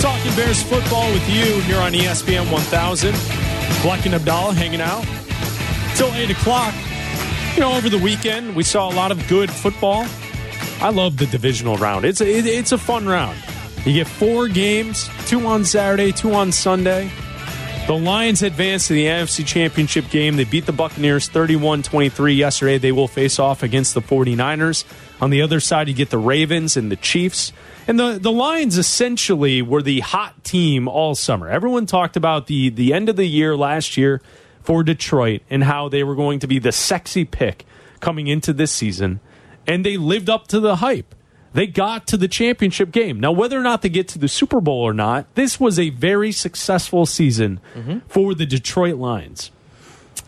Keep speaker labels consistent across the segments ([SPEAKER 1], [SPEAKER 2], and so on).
[SPEAKER 1] Talking Bears football with you here on E ESPN 1000. Black and Abdallah hanging out till 8 o'clock. You know, over the weekend, we saw a lot of good football. I love the divisional round. It's a, it, it's a fun round. You get four games, two on Saturday, two on Sunday. The Lions advance to the NFC Championship game. They beat the Buccaneers 31 23 yesterday. They will face off against the 49ers. On the other side, you get the Ravens and the Chiefs. And the, the Lions essentially were the hot team all summer. Everyone talked about the, the end of the year last year for Detroit and how they were going to be the sexy pick coming into this season. And they lived up to the hype they got to the championship game. Now, whether or not they get to the Super Bowl or not, this was a very successful season for the Detroit Lions.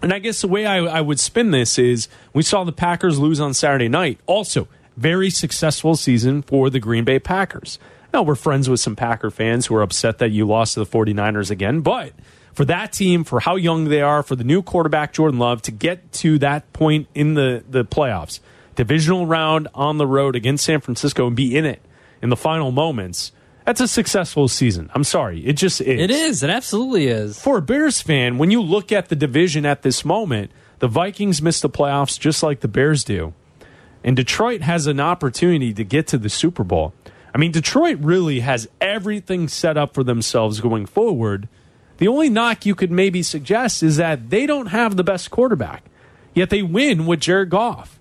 [SPEAKER 1] And I guess the way I, I would spin this is we saw the Packers lose on Saturday night. Also, very successful season for the Green Bay Packers. Now, we're friends with some Packer fans who are upset that you lost to the 49ers again, but for that team, for how young they are, for the new quarterback, Jordan Love, to get to that point in the, the playoffs, divisional round on the road against San Francisco and be in it in the final moments, that's a successful season. I'm sorry. It just is.
[SPEAKER 2] It is. It absolutely is.
[SPEAKER 1] For a Bears fan, when you look at the division at this moment, the Vikings miss the playoffs just like the Bears do. And Detroit has an opportunity to get to the Super Bowl. I mean, Detroit really has everything set up for themselves going forward. The only knock you could maybe suggest is that they don't have the best quarterback, yet they win with Jared Goff.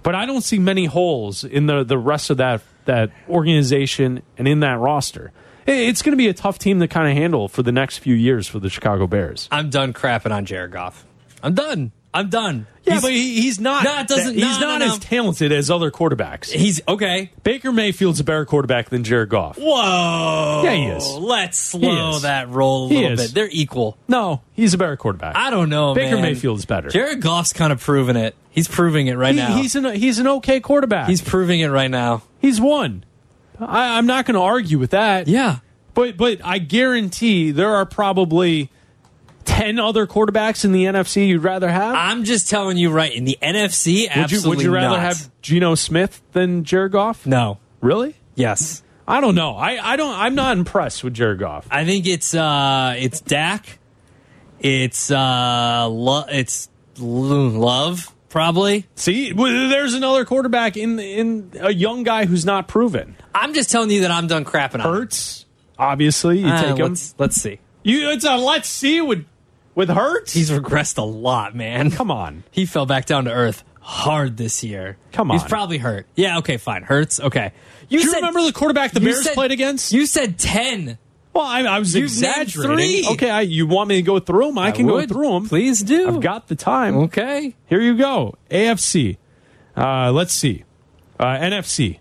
[SPEAKER 1] But I don't see many holes in the, the rest of that, that organization and in that roster. I- It's going to be a tough team to kind of handle for the next few years for the Chicago Bears.
[SPEAKER 2] I'm done crapping on Jared Goff. I'm done. I'm done. he's,
[SPEAKER 1] he's not.
[SPEAKER 2] No, it doesn't-
[SPEAKER 1] he's
[SPEAKER 2] no,
[SPEAKER 1] not
[SPEAKER 2] no, no.
[SPEAKER 1] as talented as other quarterbacks.
[SPEAKER 2] he's okay.
[SPEAKER 1] Baker Mayfield's a better quarterback than Jared Goff.
[SPEAKER 2] Whoa.
[SPEAKER 1] Yeah, he is.
[SPEAKER 2] Let's slow
[SPEAKER 1] is.
[SPEAKER 2] that roll a
[SPEAKER 1] He
[SPEAKER 2] little
[SPEAKER 1] is.
[SPEAKER 2] bit. They're equal.
[SPEAKER 1] No, he's a better quarterback.
[SPEAKER 2] I don't know.
[SPEAKER 1] Baker
[SPEAKER 2] man.
[SPEAKER 1] Mayfield's better.
[SPEAKER 2] Jared Goff's kind of proving it. He's proving it right
[SPEAKER 1] He-
[SPEAKER 2] now.
[SPEAKER 1] he's an he's an okay quarterback.
[SPEAKER 2] he's proving it right now.
[SPEAKER 1] He's won. I, I'm not going to argue with that.
[SPEAKER 2] Yeah.
[SPEAKER 1] But but I guarantee there are probably ten other quarterbacks in the NFC you'd rather have.
[SPEAKER 2] I'm just telling you right in the NFC.
[SPEAKER 1] would you
[SPEAKER 2] absolutely
[SPEAKER 1] would you rather
[SPEAKER 2] not.
[SPEAKER 1] have Geno Smith than Jared Goff?
[SPEAKER 2] No.
[SPEAKER 1] Really?
[SPEAKER 2] Yes.
[SPEAKER 1] I don't know. I, I don't. I'm not impressed with Jared Goff.
[SPEAKER 2] I think it's uh it's Dak. It's uh lo- it's Lo- Love probably.
[SPEAKER 1] See, well, there's another quarterback in in a young guy who's not proven.
[SPEAKER 2] I'm just telling you that I'm done crapping on. it.
[SPEAKER 1] Hurts, obviously. You
[SPEAKER 2] Ah,
[SPEAKER 1] take him.
[SPEAKER 2] let's, let's see.
[SPEAKER 1] You it's a let's see with with Hurts.
[SPEAKER 2] He's regressed a lot, man.
[SPEAKER 1] come on.
[SPEAKER 2] He fell back down to earth hard this year.
[SPEAKER 1] Come
[SPEAKER 2] He's
[SPEAKER 1] on.
[SPEAKER 2] probably hurt. Yeah, okay, fine. Hurts. Okay.
[SPEAKER 1] Do you remember the quarterback the
[SPEAKER 2] you
[SPEAKER 1] Bears
[SPEAKER 2] said-
[SPEAKER 1] played against?
[SPEAKER 2] You said 10.
[SPEAKER 1] well, I, I was
[SPEAKER 2] You've named
[SPEAKER 1] exaggerating.
[SPEAKER 2] three.
[SPEAKER 1] Okay, I, you want me to go through them? I, can
[SPEAKER 2] would.
[SPEAKER 1] go through them.
[SPEAKER 2] Please do.
[SPEAKER 1] I've got the time.
[SPEAKER 2] Okay.
[SPEAKER 1] Here you go. AFC. Uh, let's see. Uh, NFC.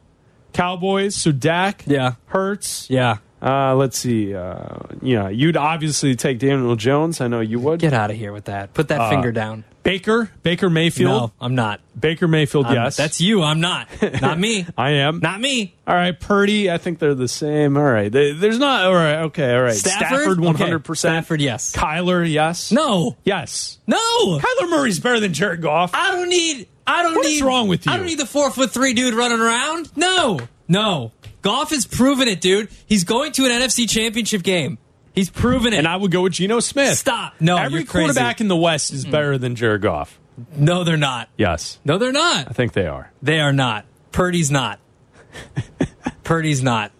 [SPEAKER 1] Cowboys. So Dak.
[SPEAKER 2] Yeah.
[SPEAKER 1] Hurts.
[SPEAKER 2] Yeah.
[SPEAKER 1] Uh, let's see. Uh, yeah, you'd obviously take Daniel Jones. I know you would.
[SPEAKER 2] Get out of here with that. Put
[SPEAKER 1] Uh,
[SPEAKER 2] that finger down.
[SPEAKER 1] Baker. Baker Mayfield.
[SPEAKER 2] No, I'm not.
[SPEAKER 1] Baker Mayfield.
[SPEAKER 2] I'm-
[SPEAKER 1] yes,
[SPEAKER 2] That's you. I'm not. Not me.
[SPEAKER 1] I am.
[SPEAKER 2] not me.
[SPEAKER 1] All right, Purdy. I think they're the same. All right, They- there's not. All right, okay, all right.
[SPEAKER 2] Stafford? Okay.
[SPEAKER 1] one hundred percent.
[SPEAKER 2] Stafford, yes.
[SPEAKER 1] Kyler, yes.
[SPEAKER 2] No.
[SPEAKER 1] yes.
[SPEAKER 2] No.
[SPEAKER 1] Kyler Murray's better than Jared Goff.
[SPEAKER 2] I don't need. I don't
[SPEAKER 1] What
[SPEAKER 2] need.
[SPEAKER 1] is wrong with you?
[SPEAKER 2] I don't need the four foot three dude running around. No, no. Goff has proven it, dude. He's going to an NFC Championship game. He's proven it.
[SPEAKER 1] and I would go with Geno Smith.
[SPEAKER 2] Stop. No,
[SPEAKER 1] Every
[SPEAKER 2] you're crazy. Hmm.
[SPEAKER 1] quarterback in the West is better than Jared Goff.
[SPEAKER 2] no, they're not.
[SPEAKER 1] Yes,
[SPEAKER 2] No, they're
[SPEAKER 1] I
[SPEAKER 2] not.
[SPEAKER 1] think they are.
[SPEAKER 2] They are not. Purdy's not. Purdy's not.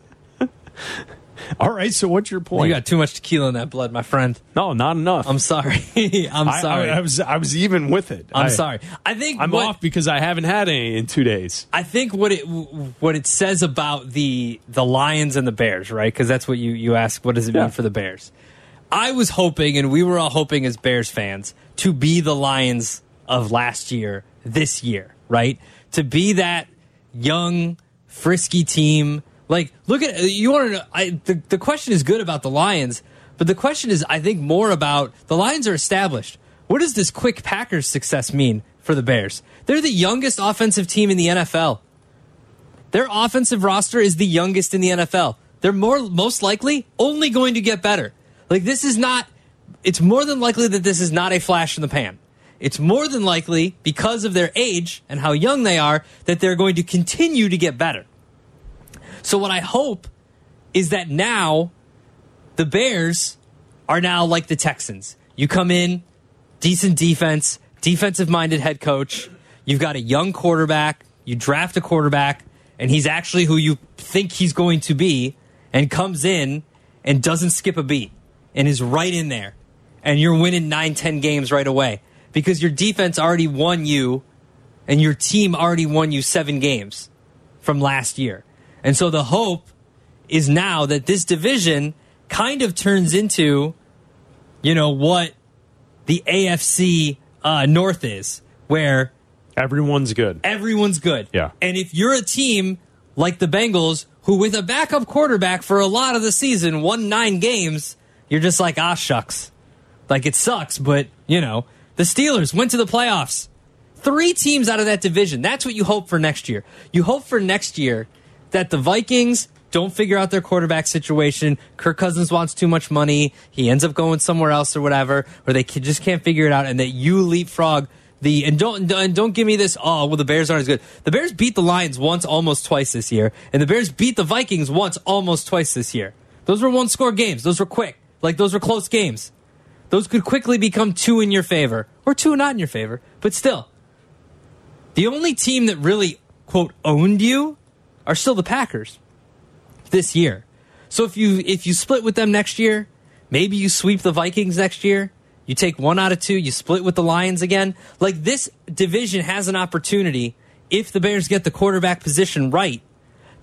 [SPEAKER 1] All right. So what's your point?
[SPEAKER 2] You got too much tequila in that blood, my friend.
[SPEAKER 1] no, not enough.
[SPEAKER 2] I'm sorry. I'm
[SPEAKER 1] I-
[SPEAKER 2] sorry.
[SPEAKER 1] I, I
[SPEAKER 2] I,
[SPEAKER 1] was. I was even with it.
[SPEAKER 2] am
[SPEAKER 1] I-
[SPEAKER 2] sorry. I think
[SPEAKER 1] I'm
[SPEAKER 2] what,
[SPEAKER 1] off because I haven't had any in two days.
[SPEAKER 2] I think what it what it says about the the Lions and the Bears, right? Because that's what you you ask. What does it
[SPEAKER 1] Yeah.
[SPEAKER 2] mean for the Bears? I was hoping, and we were all hoping as Bears fans, to be the Lions of last year, this year, right? To be that young, frisky team. Like, look at you want to. I, the the question is good about the Lions, but the question is, I think, more about the Lions are established. What does this quick Packers success mean for the Bears? They're the youngest offensive team in the NFL. Their offensive roster is the youngest in the NFL. They're more most likely only going to get better. Like this is not it's more than likely that this is not a flash in the pan. It's more than likely because of their age and how young they are that they're going to continue to get better. So what I hope is that now the Bears are now like the Texans. You come in, decent defense, defensive minded head coach. You've got a young quarterback. You draft a quarterback, and he's actually who you think he's going to be, and comes in and doesn't skip a beat and is right in there. And you're winning nine, ten games right away because your defense already won you and your team already won you seven games from last year. And so the hope is now that this division kind of turns into, you know, what the AFC uh, North is, where
[SPEAKER 1] Everyone's good.
[SPEAKER 2] everyone's good.
[SPEAKER 1] Yeah.
[SPEAKER 2] And if you're a team like the Bengals, who with a backup quarterback for a lot of the season won nine games, you're just like, ah, shucks. Like it sucks, but you know, the Steelers went to the playoffs. Three teams out of that division. That's what you hope for next year. You hope for next year that the Vikings don't figure out their quarterback situation. Kirk Cousins wants too much money. He ends up going somewhere else or whatever, or they can, just can't figure it out, and that you leapfrog the and don't and don't give me this. Oh well, the Bears aren't as good. The Bears beat the Lions once, almost twice this year, and the Bears beat the Vikings once, almost twice this year. Those were one score games. Those were quick. Like those were close games those could quickly become two in your favor or two not in your favor. But still, the only team that really, quote, owned you are still the Packers this year. So if you if you split with them next year, maybe you sweep the Vikings next year. You take one out of two, you split with the Lions again. Like this division has an opportunity if the Bears get the quarterback position right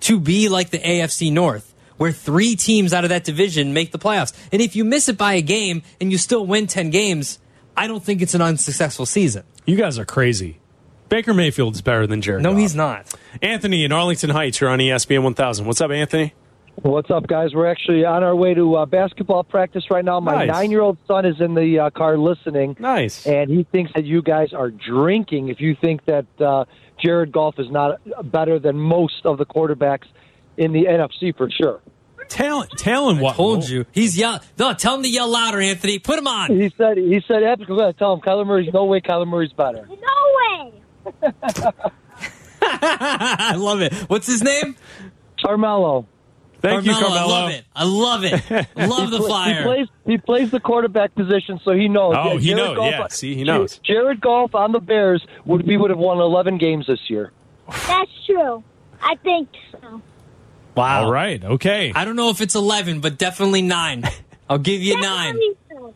[SPEAKER 2] to be like the AFC North, where three teams out of that division make the playoffs. And if you miss it by a game and you still win 10 games, I don't think it's an unsuccessful season.
[SPEAKER 1] You guys are crazy. Baker Mayfield's better than Jared.
[SPEAKER 2] No,
[SPEAKER 1] Goff.
[SPEAKER 2] he's not.
[SPEAKER 1] Anthony in Arlington Heights. You're on E ESPN 1000. What's up, Anthony?
[SPEAKER 3] What's up, guys? We're actually on our way to uh, basketball practice right now. My
[SPEAKER 1] Nice.
[SPEAKER 3] nine-year-old son is in the uh, car listening,
[SPEAKER 1] Nice.
[SPEAKER 2] Eh.
[SPEAKER 3] and he thinks that you guys are drinking if you think that uh, Jared Goff is not better than most of the quarterbacks in the NFC for sure.
[SPEAKER 1] Talent, talent. What?
[SPEAKER 2] Told you. He's yell. No, tell him to yell louder, Anthony. Put him on.
[SPEAKER 3] He said, "He said, I'm going to tell him Kyler Murray's no way. Kyler Murray's better.
[SPEAKER 4] No way.
[SPEAKER 2] I love it. What's his name?
[SPEAKER 3] Carmelo.
[SPEAKER 1] Thank you, Carmelo.
[SPEAKER 2] I love it. I love it. Love the
[SPEAKER 3] He
[SPEAKER 2] fire.
[SPEAKER 3] plays. He plays the quarterback position, so he knows.
[SPEAKER 1] Oh, he
[SPEAKER 3] Jared
[SPEAKER 1] knows.
[SPEAKER 3] Goff-
[SPEAKER 1] Yeah, see, he knows.
[SPEAKER 3] Jared Goff on the Bears would we would have won 11 games this year.
[SPEAKER 4] That's true. I think so.
[SPEAKER 2] Wow.
[SPEAKER 1] All right. Okay.
[SPEAKER 2] I don't know if it's 11, but definitely 9. I'll give you 9.
[SPEAKER 4] Definitely so.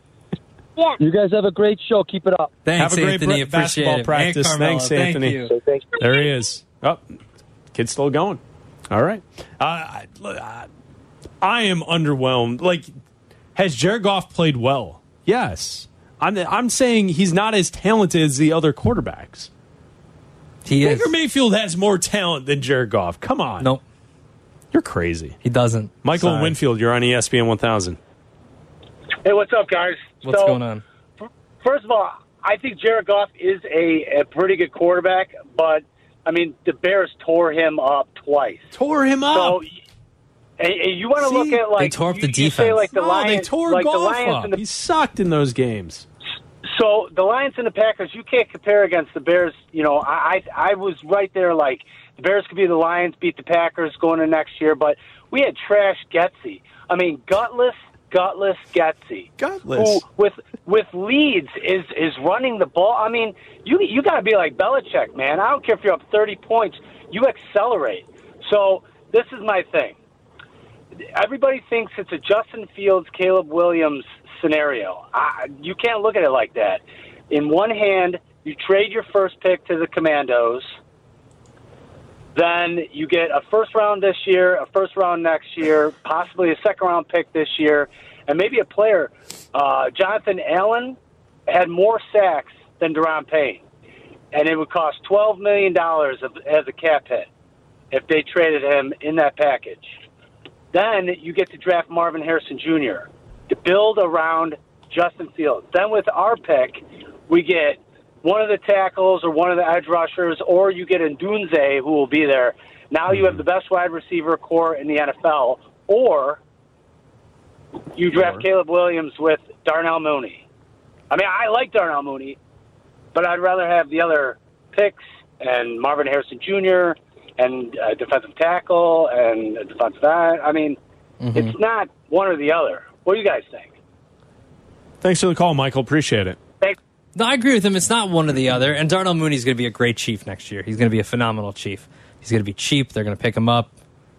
[SPEAKER 4] Yeah.
[SPEAKER 3] You guys have a great show. Keep it up.
[SPEAKER 2] Thanks,
[SPEAKER 1] Have a great
[SPEAKER 2] Anthony.
[SPEAKER 1] bra- basketball
[SPEAKER 2] Appreciate it.
[SPEAKER 1] practice.
[SPEAKER 2] And Carmelo,
[SPEAKER 1] Thanks,
[SPEAKER 2] thank
[SPEAKER 1] Anthony.
[SPEAKER 2] you.
[SPEAKER 3] So thanks.
[SPEAKER 1] There he is. Oh, kid's still going. All right. Uh, I, I- I am underwhelmed. Like, has Jared Goff played well? Yes. I'm, I'm saying he's not as talented as the other quarterbacks.
[SPEAKER 2] He is.
[SPEAKER 1] Baker Mayfield has more talent than Jared Goff. Come on.
[SPEAKER 2] Nope,
[SPEAKER 1] You're crazy.
[SPEAKER 2] he doesn't.
[SPEAKER 1] Michael
[SPEAKER 2] Sorry.
[SPEAKER 1] Winfield, you're on E ESPN 1000.
[SPEAKER 5] Hey, what's up, guys?
[SPEAKER 2] What's
[SPEAKER 5] So,
[SPEAKER 2] going on?
[SPEAKER 5] First of all, I think Jared Goff is a, a pretty good quarterback, but I mean the Bears tore him up twice.
[SPEAKER 1] Tore him up.
[SPEAKER 5] So, and, and you want to look
[SPEAKER 1] See?
[SPEAKER 5] at like
[SPEAKER 2] They tore up
[SPEAKER 5] you,
[SPEAKER 2] the
[SPEAKER 5] you say,
[SPEAKER 2] defense.
[SPEAKER 5] like the
[SPEAKER 1] no,
[SPEAKER 5] Lions,
[SPEAKER 1] they tore
[SPEAKER 5] like the
[SPEAKER 1] Goff
[SPEAKER 5] Lions
[SPEAKER 1] up.
[SPEAKER 5] and the
[SPEAKER 1] he sucked in those games.
[SPEAKER 5] so the Lions and the Packers, you can't compare against the Bears. You know, I I, I was right there. Like the Bears could be the Lions, beat the Packers going to next year, but we had trash Getzey. I mean, gutless, gutless Getzey.
[SPEAKER 1] Gutless.
[SPEAKER 5] Who with with leads is is running the ball. I mean, you you got to be like Belichick, man. I don't care if you're up thirty points, you accelerate. So this is my thing everybody thinks it's a Justin Fields, Caleb Williams scenario. I, you can't look at it like that. In one hand, you trade your first pick to the Commandos. Then you get a first round this year, a first round next year, possibly a second round pick this year, and maybe a player. Uh, Jonathan Allen had more sacks than Deron Payne, and it would cost $12 million of, as a cap hit if they traded him in that package. Then you get to draft Marvin Harrison Jr. to build around Justin Fields. Then with our pick, we get one of the tackles or one of the edge rushers, or you get Ndunze, who will be there. Now you have the best wide receiver core in the NFL, or you draft
[SPEAKER 6] Sure.
[SPEAKER 5] Caleb Williams with Darnell Mooney. I mean, I like Darnell Mooney, but I'd rather have the other picks and Marvin Harrison Jr. and a defensive tackle and a defensive end. I mean, it's not one or the other. What do you guys think?
[SPEAKER 1] Thanks for the call, Michael. Appreciate it.
[SPEAKER 5] Thanks.
[SPEAKER 2] No, I agree with him. It's not one or the other. And Darnell Mooney's going to be a great chief next year. He's going to be a phenomenal chief. He's going to be cheap. They're going to pick him up.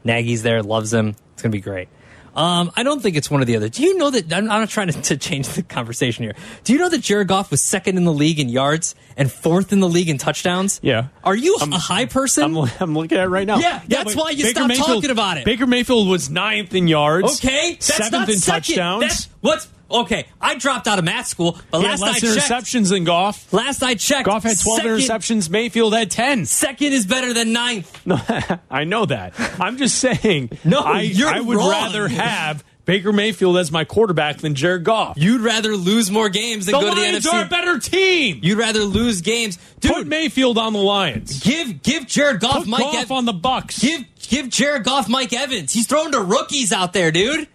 [SPEAKER 2] Nagy's there, loves him. It's going to be great. Um, I don't think it's one or the other. Do you know that? I'm, I'm not trying to, to change the conversation here. Do you know that Jared Goff was second in the league in yards and fourth in the league in touchdowns?
[SPEAKER 1] Yeah.
[SPEAKER 2] Are you a
[SPEAKER 1] I'm-
[SPEAKER 2] high person?
[SPEAKER 1] I'm, I'm looking at it right now.
[SPEAKER 2] Yeah, that's
[SPEAKER 1] but
[SPEAKER 2] why you stopped talking about it.
[SPEAKER 1] Baker Mayfield was ninth in yards.
[SPEAKER 2] okay. That's
[SPEAKER 1] seventh
[SPEAKER 2] not
[SPEAKER 1] in
[SPEAKER 2] second.
[SPEAKER 1] touchdowns.
[SPEAKER 2] That's, what's okay? I dropped out of math school, but
[SPEAKER 1] he had
[SPEAKER 2] last I
[SPEAKER 1] less
[SPEAKER 2] checked,
[SPEAKER 1] interceptions than Goff.
[SPEAKER 2] last I checked,
[SPEAKER 1] Goff had 12
[SPEAKER 2] second-
[SPEAKER 1] interceptions. Mayfield had 10.
[SPEAKER 2] Second is better than ninth.
[SPEAKER 1] I know that. I'm just saying.
[SPEAKER 2] No,
[SPEAKER 1] I,
[SPEAKER 2] you're
[SPEAKER 1] I would
[SPEAKER 2] wrong.
[SPEAKER 1] rather have Baker Mayfield as my quarterback than Jared Goff.
[SPEAKER 2] You'd rather lose more games than
[SPEAKER 1] the
[SPEAKER 2] go
[SPEAKER 1] Lions
[SPEAKER 2] to the
[SPEAKER 1] are a
[SPEAKER 2] NFC.
[SPEAKER 1] better team.
[SPEAKER 2] You'd rather lose games,
[SPEAKER 1] Put
[SPEAKER 2] dude.
[SPEAKER 1] Mayfield on the Lions.
[SPEAKER 2] give give Jared Goff
[SPEAKER 1] Put
[SPEAKER 2] Mike
[SPEAKER 1] Goff
[SPEAKER 2] Ev-
[SPEAKER 1] on the Bucks.
[SPEAKER 2] Give give Jared Goff Mike Evans. He's throwing to rookies out there, dude.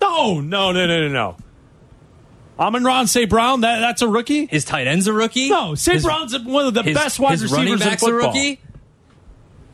[SPEAKER 1] no, no, no, no, no, no. Amon Ron St. Brown, that, that's a rookie?
[SPEAKER 2] His tight end's a rookie.
[SPEAKER 1] No, St.
[SPEAKER 2] His-
[SPEAKER 1] Brown's one of the
[SPEAKER 2] his-
[SPEAKER 1] best wide
[SPEAKER 2] his
[SPEAKER 1] receivers
[SPEAKER 2] running
[SPEAKER 1] in
[SPEAKER 2] backs a
[SPEAKER 1] football.
[SPEAKER 2] rookie.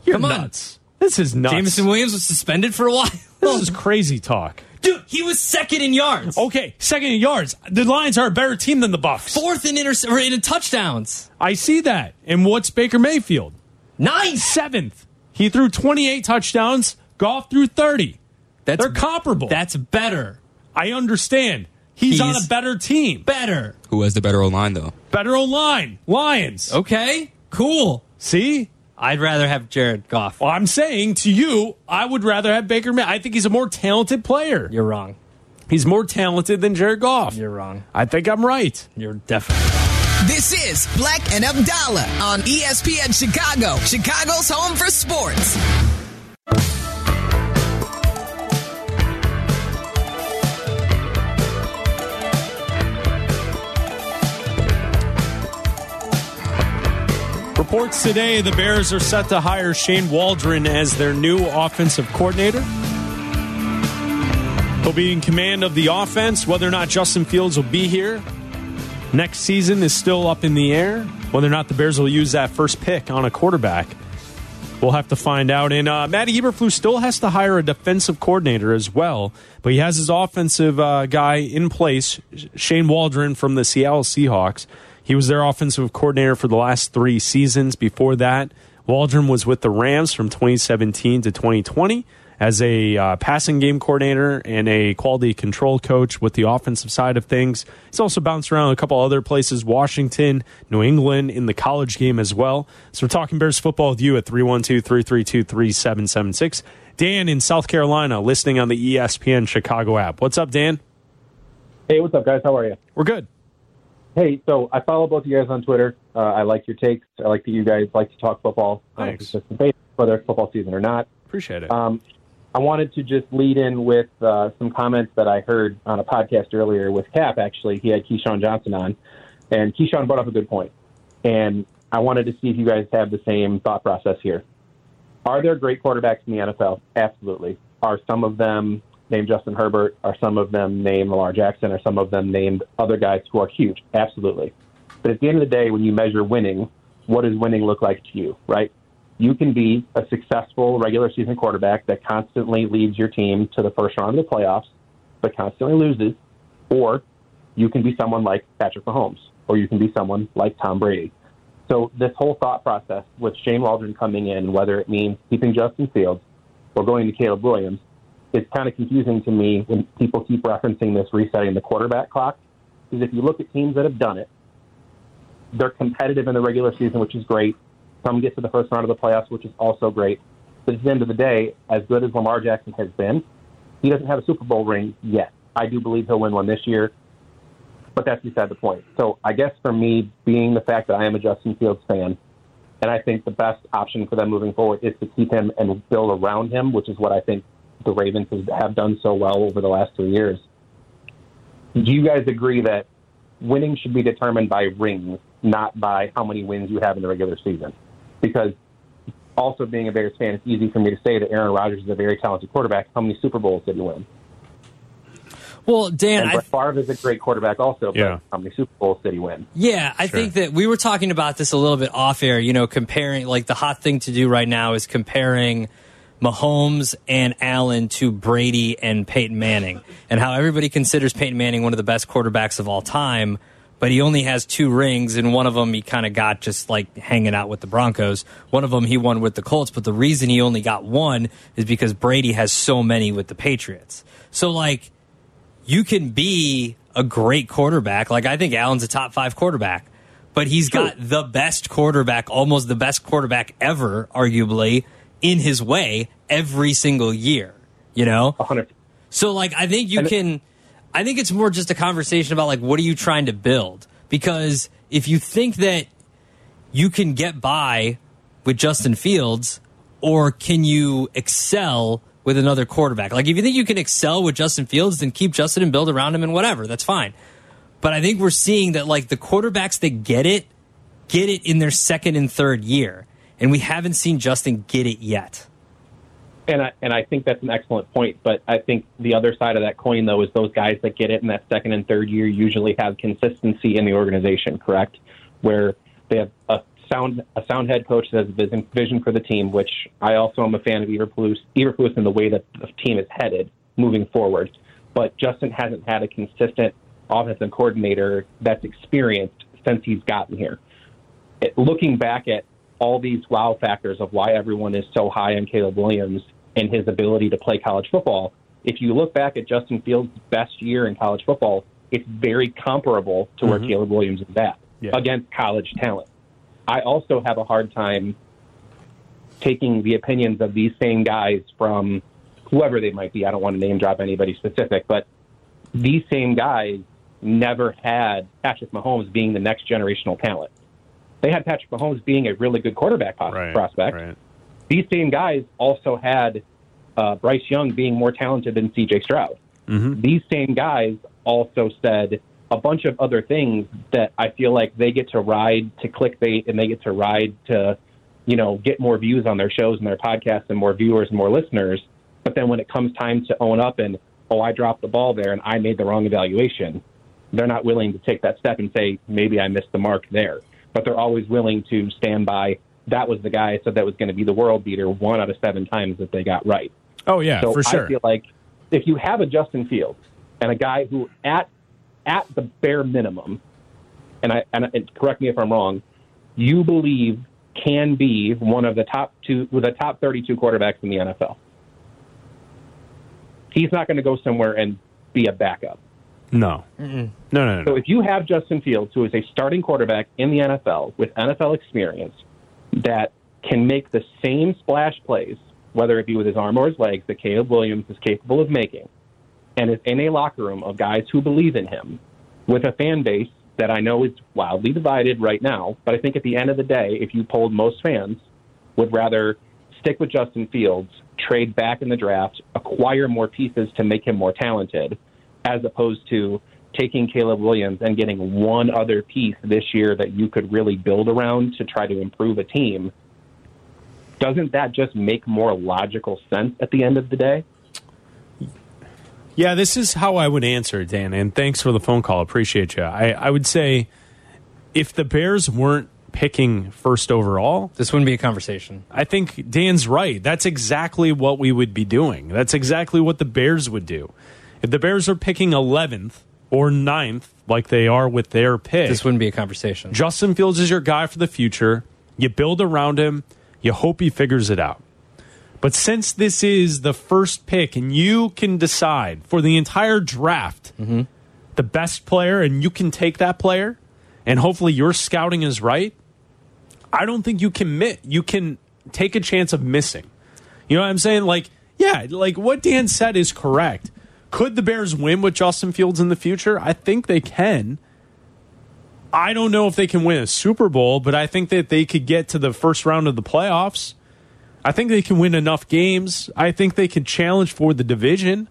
[SPEAKER 1] You're
[SPEAKER 2] Come on.
[SPEAKER 1] nuts. This is nuts.
[SPEAKER 2] Jameson Williams was suspended for a while.
[SPEAKER 1] this is crazy talk.
[SPEAKER 2] dude, he was second in yards,
[SPEAKER 1] Okay, second in yards. The Lions are a better team than the Bucks.
[SPEAKER 2] fourth in interce- or in touchdowns,
[SPEAKER 1] I see that. And what's Baker Mayfield?
[SPEAKER 2] ninth.
[SPEAKER 1] Seventh. He threw 28 touchdowns. Goff threw 30.
[SPEAKER 2] That's
[SPEAKER 1] They're comparable.
[SPEAKER 2] That's better,
[SPEAKER 1] I understand. He's, on
[SPEAKER 2] He's-
[SPEAKER 1] a better team.
[SPEAKER 2] better.
[SPEAKER 7] Who has the better old line though?
[SPEAKER 1] Better O line. Lions.
[SPEAKER 2] Oh. Okay, cool.
[SPEAKER 1] See?
[SPEAKER 2] I'd rather have Jared Goff.
[SPEAKER 1] Well, I'm saying to you, I would rather have Baker May. I think he's a more talented player.
[SPEAKER 2] You're wrong.
[SPEAKER 1] He's more talented than Jared Goff.
[SPEAKER 2] You're wrong.
[SPEAKER 1] I think I'm right.
[SPEAKER 2] You're definitely.
[SPEAKER 8] This is Black and Abdallah on E ESPN Chicago, Chicago's home for sports.
[SPEAKER 1] Reports today the Bears are set to hire Shane Waldron as their new offensive coordinator. He'll be in command of the offense. Whether or not Justin Fields will be here next season is still up in the air. Whether or not the Bears will use that first pick on a quarterback, we'll have to find out. And uh, Matty Eberflus still has to hire a defensive coordinator as well, but he has his offensive uh, guy in place, Sh- Shane Waldron from the Seattle Seahawks. He was their offensive coordinator for the last three seasons. Before that, Waldron was with the Rams from 2017 to 2020 as a uh, passing game coordinator and a quality control coach with the offensive side of things. He's also bounced around a couple other places, Washington, New England, in the college game as well. So we're talking Bears football with you at 312 332 3776. Dan in South Carolina, listening on the E ESPN Chicago app. What's up, Dan?
[SPEAKER 9] Hey, what's up, guys? How are you?
[SPEAKER 1] We're good.
[SPEAKER 9] Hey, so I follow both of you guys on Twitter. Uh, I like your takes. I like that you guys like to talk football on a
[SPEAKER 1] Thanks.
[SPEAKER 9] consistent basis, whether it's football season or not.
[SPEAKER 1] Appreciate it.
[SPEAKER 9] Um, I wanted to just lead in with uh, some comments that I heard on a podcast earlier with Cap. Actually, he had Keyshawn Johnson on, and Keyshawn brought up a good point. And I wanted to see if you guys have the same thought process here. Are there great quarterbacks in the NFL? Absolutely. Are some of them named Justin Herbert? Are some of them named Lamar Jackson? Are some of them named other guys who are huge? Absolutely. But at the end of the day, when you measure winning, what does winning look like to you, right? You can be a successful regular season quarterback that constantly leads your team to the first round of the playoffs, but constantly loses, or you can be someone like Patrick Mahomes, or you can be someone like Tom Brady. So this whole thought process with Shane Waldron coming in, whether it means keeping Justin Fields or going to Caleb Williams, it's kind of confusing to me when people keep referencing this resetting the quarterback clock. Because if you look at teams that have done it, they're competitive in the regular season, which is great. Some get to the first round of the playoffs, which is also great. But at the end of the day, as good as Lamar Jackson has been, he doesn't have a Super Bowl ring yet. I do believe he'll win one this year, but that's beside the point. So I guess for me, being the fact that I am a Justin Fields fan, and I think the best option for them moving forward is to keep him and build around him, which is what I think the Ravens have done so well over the last two years. Do you guys agree that winning should be determined by rings, not by how many wins you have in the regular season. Because also being a Bears fan, it's easy for me to say that Aaron Rodgers is a very talented quarterback. How many Super Bowls did he win?
[SPEAKER 2] Well, Dan,
[SPEAKER 9] And
[SPEAKER 2] I,
[SPEAKER 9] Brett Favre is a great quarterback, also. But
[SPEAKER 1] Yeah.
[SPEAKER 9] How many Super Bowls did he win?
[SPEAKER 2] Yeah, I
[SPEAKER 1] Sure.
[SPEAKER 2] think that we were talking about this a little bit off air, you know, comparing like the hot thing to do right now is comparing Mahomes and Allen to Brady and Peyton Manning and how everybody considers Peyton Manning one of the best quarterbacks of all time, but he only has two rings and one of them he kind of got just like hanging out with the Broncos. One of them he won with the Colts, but the reason he only got one is because Brady has so many with the Patriots. So like you can be a great quarterback. Like I think Allen's a top five quarterback, but he's got the best quarterback, almost the best quarterback ever, arguably, in his way every single year. You know?
[SPEAKER 9] 100.
[SPEAKER 2] So like I think you can I think it's more just a conversation about like what are you trying to build? Because if you think that you can get by with Justin Fields or can you excel with another quarterback? Like if you think you can excel with Justin Fields then keep Justin and build around him and whatever, that's fine. But I think we're seeing that like the quarterbacks that get it get it in their second and third year and we haven't seen Justin get it yet.
[SPEAKER 9] And I, and I think that's an excellent point. But I think the other side of that coin, though, is those guys that get it in that second and third year usually have consistency in the organization, correct? Where they have a sound a sound head coach that has a vision, vision for the team, which I also am a fan of Eberflus, Eberflus in the way that the team is headed moving forward. But Justin hasn't had a consistent offensive coordinator that's experienced since he's gotten here it- looking back at all these wow factors of why everyone is so high on Caleb Williams and his ability to play college football, if you look back at Justin Fields' best year in college football, it's very comparable to where Caleb Williams is at
[SPEAKER 1] Yeah.
[SPEAKER 9] against college talent. I also have a hard time taking the opinions of these same guys from whoever they might be. I don't want to name drop anybody specific, but these same guys never had Patrick Mahomes being the next generational talent. They had Patrick Mahomes being a really good quarterback pos-
[SPEAKER 1] Right.
[SPEAKER 9] prospect.
[SPEAKER 1] Right.
[SPEAKER 9] These same guys also had uh, Bryce Young being more talented than CJ Stroud. These same guys also said a bunch of other things that I feel like they get to ride to clickbait and they get to ride to, you know, get more views on their shows and their podcasts and more viewers and more listeners. But then when it comes time to own up and, oh, I dropped the ball there and I made the wrong evaluation, they're not willing to take that step and say, maybe I missed the mark there. But they're always willing to stand by, that was the guy I said that was going to be the world beater one out of seven times that they got right.
[SPEAKER 1] Oh yeah,
[SPEAKER 9] So
[SPEAKER 1] for
[SPEAKER 9] I
[SPEAKER 1] sure.
[SPEAKER 9] feel like if you have a Justin Fields and a guy who at at the bare minimum, and I and, and correct me if I'm wrong, you believe can be one of the top two, the top 32 quarterbacks in the NFL. He's not going to go somewhere and be a backup.
[SPEAKER 1] no. no, no, no,
[SPEAKER 9] So
[SPEAKER 1] no.
[SPEAKER 9] if you have Justin Fields, who is a starting quarterback in the NFL with NFL experience, that can make the same splash plays, whether it be with his arm or his legs, that Caleb Williams is capable of making, and is in a locker room of guys who believe in him, with a fan base that I know is wildly divided right now, but I think at the end of the day, if you polled most fans, would rather stick with Justin Fields, trade back in the draft, acquire more pieces to make him more talented, as opposed to taking Caleb Williams and getting one other piece this year that you could really build around to try to improve a team. Doesn't that just make more logical sense at the end of the day?
[SPEAKER 1] Yeah, this is how I would answer, Dan. And thanks for the phone call. Appreciate you. I, I would say if the Bears weren't picking first overall,
[SPEAKER 2] This wouldn't be a conversation.
[SPEAKER 1] I think Dan's right. That's exactly what we would be doing. That's exactly what the Bears would do. If the Bears are picking 11th or 9th, like they are with their pick,
[SPEAKER 2] This wouldn't be a conversation.
[SPEAKER 1] Justin Fields is your guy for the future. You build around him, you hope he figures it out. But since this is the first pick and you can decide for the entire draft the best player and you can take that player and hopefully your scouting is right, I don't think you can mi- you can take a chance of missing. You know what I'm saying? Like, yeah, like what Dan said is correct. Could the Bears win with Justin Fields in the future? I think they can. I don't know if they can win a Super Bowl, but I think that they could get to the first round of the playoffs. I think they can win enough games. I think they can challenge for the division.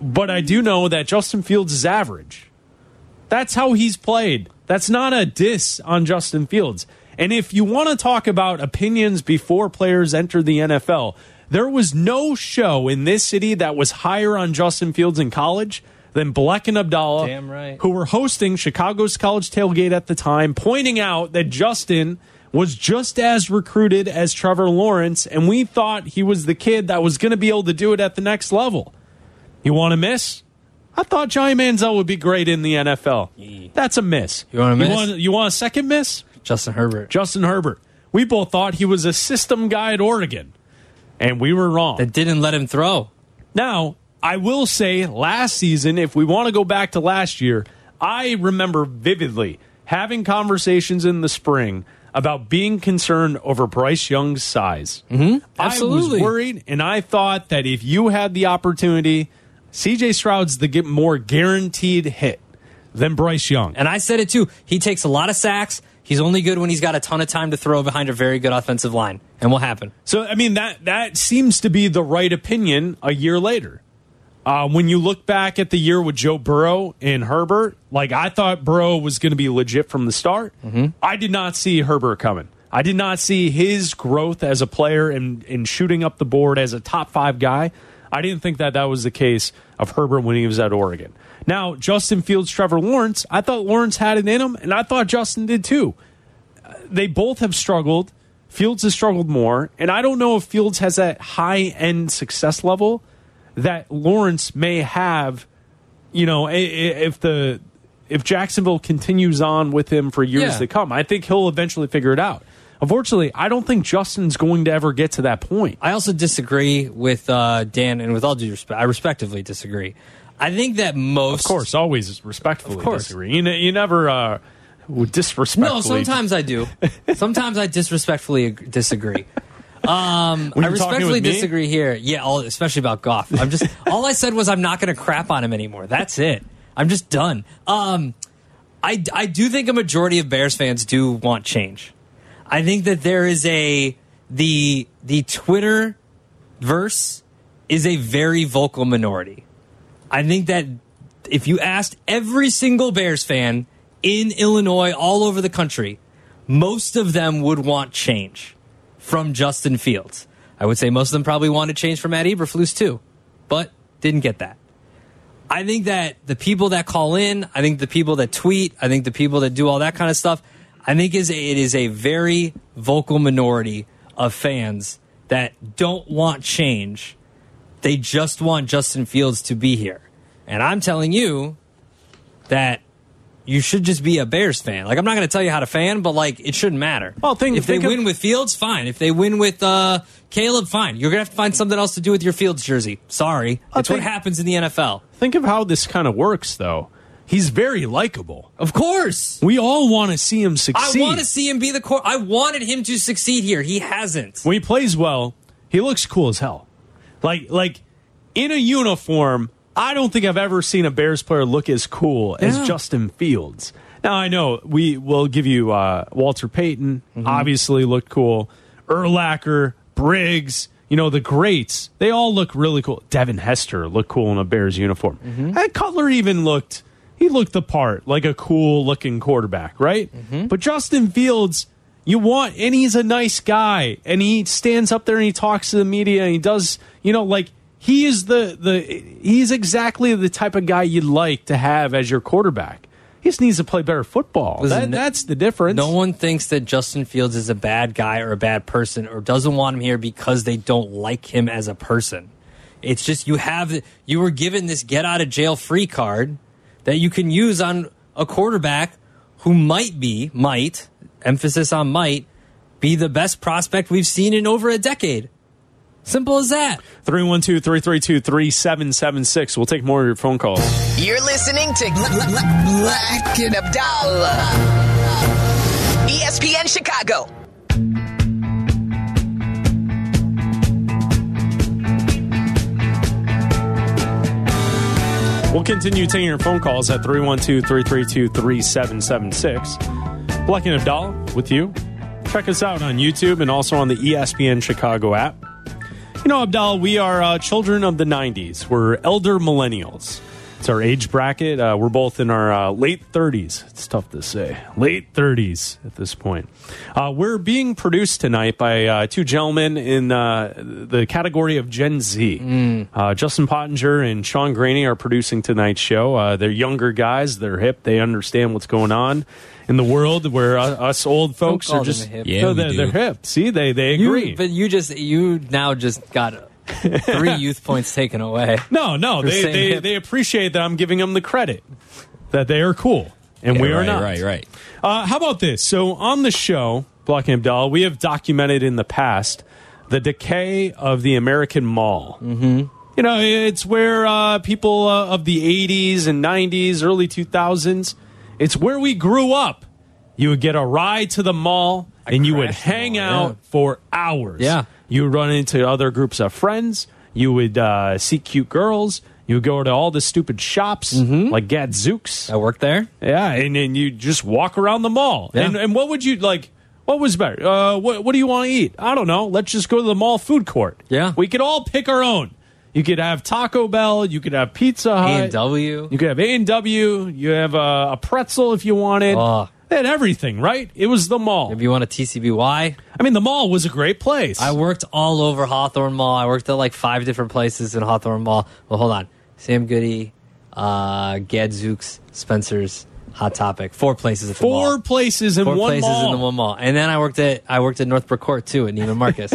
[SPEAKER 1] But I do know that Justin Fields is average. That's how he's played. That's not a diss on Justin Fields. And if you want to talk about opinions before players enter the NFL, there was no show in this city that was higher on Justin Fields in college than Bleck and Abdallah,
[SPEAKER 2] Damn right.
[SPEAKER 1] who were hosting Chicago's College Tailgate at the time, pointing out that Justin was just as recruited as Trevor Lawrence, and we thought he was the kid that was going to be able to do it at the next level. You want to miss? I thought Johnny Manziel would be great in the NFL. That's a miss.
[SPEAKER 2] You want a miss?
[SPEAKER 1] You want, you want a second miss?
[SPEAKER 2] Justin Herbert.
[SPEAKER 1] Justin Herbert. We both thought he was a system guy at Oregon, and we were wrong.
[SPEAKER 2] that uh, didn't let him throw.
[SPEAKER 1] Now, I will say last season, if we want to go back to last year, I remember vividly having conversations in the spring about being concerned over Bryce Young's size. Mm-hmm. I was
[SPEAKER 2] Absolutely.
[SPEAKER 1] worried, and I thought that if you had the opportunity, CJ Stroud's the get more guaranteed hit than Bryce Young.
[SPEAKER 2] And I said it too. He takes a lot of sacks. He's only good when he's got a ton of time to throw behind a very good offensive line. And what happened?
[SPEAKER 1] So I mean that that seems to be the right opinion a year later. Uh, when you look back at the year with Joe Burrow and Herbert, like I thought Burrow was going to be legit from the start. I did not see Herbert coming. I did not see his growth as a player and, and shooting up the board as a top five guy. I didn't think that that was the case of Herbert when he was at Oregon. Now, Justin Fields, Trevor Lawrence, I thought Lawrence had it in him, and I thought Justin did too they both have struggled. Fields has struggled more, and I don't know if Fields has that high end success level that Lawrence may have. You know, i- i- if the if Jacksonville continues on with him for years
[SPEAKER 2] Yeah.
[SPEAKER 1] to come, I think he'll eventually figure it out. Unfortunately, I don't think Justin's going to ever get to that point.
[SPEAKER 2] I also disagree with uh, Dan, and with all due respect, I respectively disagree. I think that most,
[SPEAKER 1] Of course, always respectfully
[SPEAKER 2] course.
[SPEAKER 1] disagree. You, ne- you never uh, would disrespectfully.
[SPEAKER 2] no, sometimes I do. sometimes I disrespectfully ag- disagree.
[SPEAKER 1] When
[SPEAKER 2] I
[SPEAKER 1] you're talking
[SPEAKER 2] respectfully
[SPEAKER 1] with me,
[SPEAKER 2] disagree here. Yeah, all, especially about Goff. I'm just all I said was I'm not going to crap on him anymore. That's it. I'm just done. Um, I I do think a majority of Bears fans do want change. I think that there is a the the Twitter verse is a very vocal minority. I think that if you asked every single Bears fan in Illinois, all over the country, most of them would want change from Justin Fields. I would say most of them probably wanted change from Matt Eberflus too, but didn't get that. I think that the people that call in, I think the people that tweet, I think the people that do all that kind of stuff, I think is a, it is a very vocal minority of fans that don't want change. They just want Justin Fields to be here. And I'm telling you that you should just be a Bears fan. Like I'm not going to tell you how to fan, but like it shouldn't matter.
[SPEAKER 1] Well, think-
[SPEAKER 2] if they
[SPEAKER 1] think of-
[SPEAKER 2] win with Fields, fine. If they win with uh, Caleb, fine. You're going to have to find something else to do with your Fields jersey. Sorry, it's what
[SPEAKER 1] think-
[SPEAKER 2] happens in the NFL.
[SPEAKER 1] think of how this kind of works, though. He's very likable.
[SPEAKER 2] Of course.
[SPEAKER 1] We all want to see him
[SPEAKER 2] I
[SPEAKER 1] succeed.
[SPEAKER 2] want to see him be the core. I wanted him to succeed here. He hasn't.
[SPEAKER 1] when he plays well, he looks cool as hell. Like like in a uniform, I don't think I've ever seen a Bears player look as cool
[SPEAKER 2] Yeah.
[SPEAKER 1] as Justin Fields. Now I know we will give you uh, Walter Payton
[SPEAKER 2] Mm-hmm.
[SPEAKER 1] obviously looked cool, Erlacher, Briggs, you know the greats. They all look really cool. Devin Hester looked cool in a Bears uniform.
[SPEAKER 2] Mm-hmm.
[SPEAKER 1] And Cutler even looked he looked the part, like a cool looking quarterback, right?
[SPEAKER 2] Mm-hmm.
[SPEAKER 1] But Justin Fields, you want, and he's a nice guy, and he stands up there and he talks to the media, and he does, you know, like he is the the he's exactly the type of guy you'd like to have as your quarterback. He just needs to play better football.
[SPEAKER 2] Listen,
[SPEAKER 1] That-
[SPEAKER 2] no-
[SPEAKER 1] that's the difference.
[SPEAKER 2] No one thinks that Justin Fields is a bad guy or a bad person or doesn't want him here because they don't like him as a person. It's just you have you were given this get out of jail free card that you can use on a quarterback who might be might emphasis on might be the best prospect we've seen in over a decade. Simple as that.
[SPEAKER 1] 312 332 3776. We'll take more of your phone calls.
[SPEAKER 8] You're listening to Black and Abdallah. E ESPN Chicago.
[SPEAKER 1] We'll continue taking your phone calls at 312 332 3776. Black and Abdallah with you. Check us out on YouTube and also on the E ESPN Chicago app. You know, Abdallah, we are uh, children of the 90s. We're elder millennials. It's our age bracket. Uh, we're both in our uh, late 30s. It's tough to say. Late 30s at this point. Uh, we're being produced tonight by uh, two gentlemen in uh, the category of Gen Z.
[SPEAKER 2] Mm.
[SPEAKER 1] Uh, Justin Pottinger and Sean Graney are producing tonight's show. Uh, they're younger guys. They're hip. They understand what's going on in the world where uh, us old folks
[SPEAKER 2] call
[SPEAKER 1] are
[SPEAKER 2] them
[SPEAKER 1] just
[SPEAKER 2] hip.
[SPEAKER 6] Yeah,
[SPEAKER 1] no,
[SPEAKER 6] we
[SPEAKER 1] they're,
[SPEAKER 6] do.
[SPEAKER 1] they're hip. See, they they agree.
[SPEAKER 2] You, but you just you now just got three youth points taken away.
[SPEAKER 1] No, no, they
[SPEAKER 2] saying
[SPEAKER 1] they,
[SPEAKER 2] hip.
[SPEAKER 1] they appreciate that I'm giving them the credit that they are cool and we are
[SPEAKER 6] right,
[SPEAKER 1] not.
[SPEAKER 6] Right, right.
[SPEAKER 1] Uh, how about this? So on the show, Block and Abdallah, we have documented in the past the decay of the American mall. Mm-hmm. You know, it's where uh, people uh, of the '80s and '90s, early 2000s, it's where we grew up. You would get a ride to the mall, and you would
[SPEAKER 2] crash
[SPEAKER 1] hang
[SPEAKER 2] mall,
[SPEAKER 1] out
[SPEAKER 2] yeah.
[SPEAKER 1] for hours.
[SPEAKER 2] Yeah.
[SPEAKER 1] You would run into other groups of friends. You would uh, see cute girls. You would go to all the stupid shops
[SPEAKER 2] Mm-hmm.
[SPEAKER 1] like Gadzooks.
[SPEAKER 2] I work there.
[SPEAKER 1] Yeah, and then you just walk around the mall.
[SPEAKER 2] Yeah.
[SPEAKER 1] And and what would you like? What was better? Uh, what what do you want to eat? I don't know. Let's just go to the mall food court.
[SPEAKER 2] Yeah.
[SPEAKER 1] we could all pick our own. You could have Taco Bell. You could have Pizza
[SPEAKER 2] A
[SPEAKER 1] Hut.
[SPEAKER 2] and W.
[SPEAKER 1] You could have A and W. You have a, a pretzel if you wanted.
[SPEAKER 2] Oh.
[SPEAKER 1] They had everything, right? It was the mall.
[SPEAKER 2] If you want a TCBY,
[SPEAKER 1] I mean, the mall was a great place.
[SPEAKER 2] I worked all over Hawthorne Mall. I worked at like five different places in Hawthorne Mall. Well, hold on. Sam Goody, uh, Gadzooks, Spencer's, Hot Topic. Four places at the mall.
[SPEAKER 1] Four places in
[SPEAKER 2] Four
[SPEAKER 1] one
[SPEAKER 2] places
[SPEAKER 1] mall.
[SPEAKER 2] in the one mall. And then I worked at I worked at Northbrook Court too at Neiman Marcus.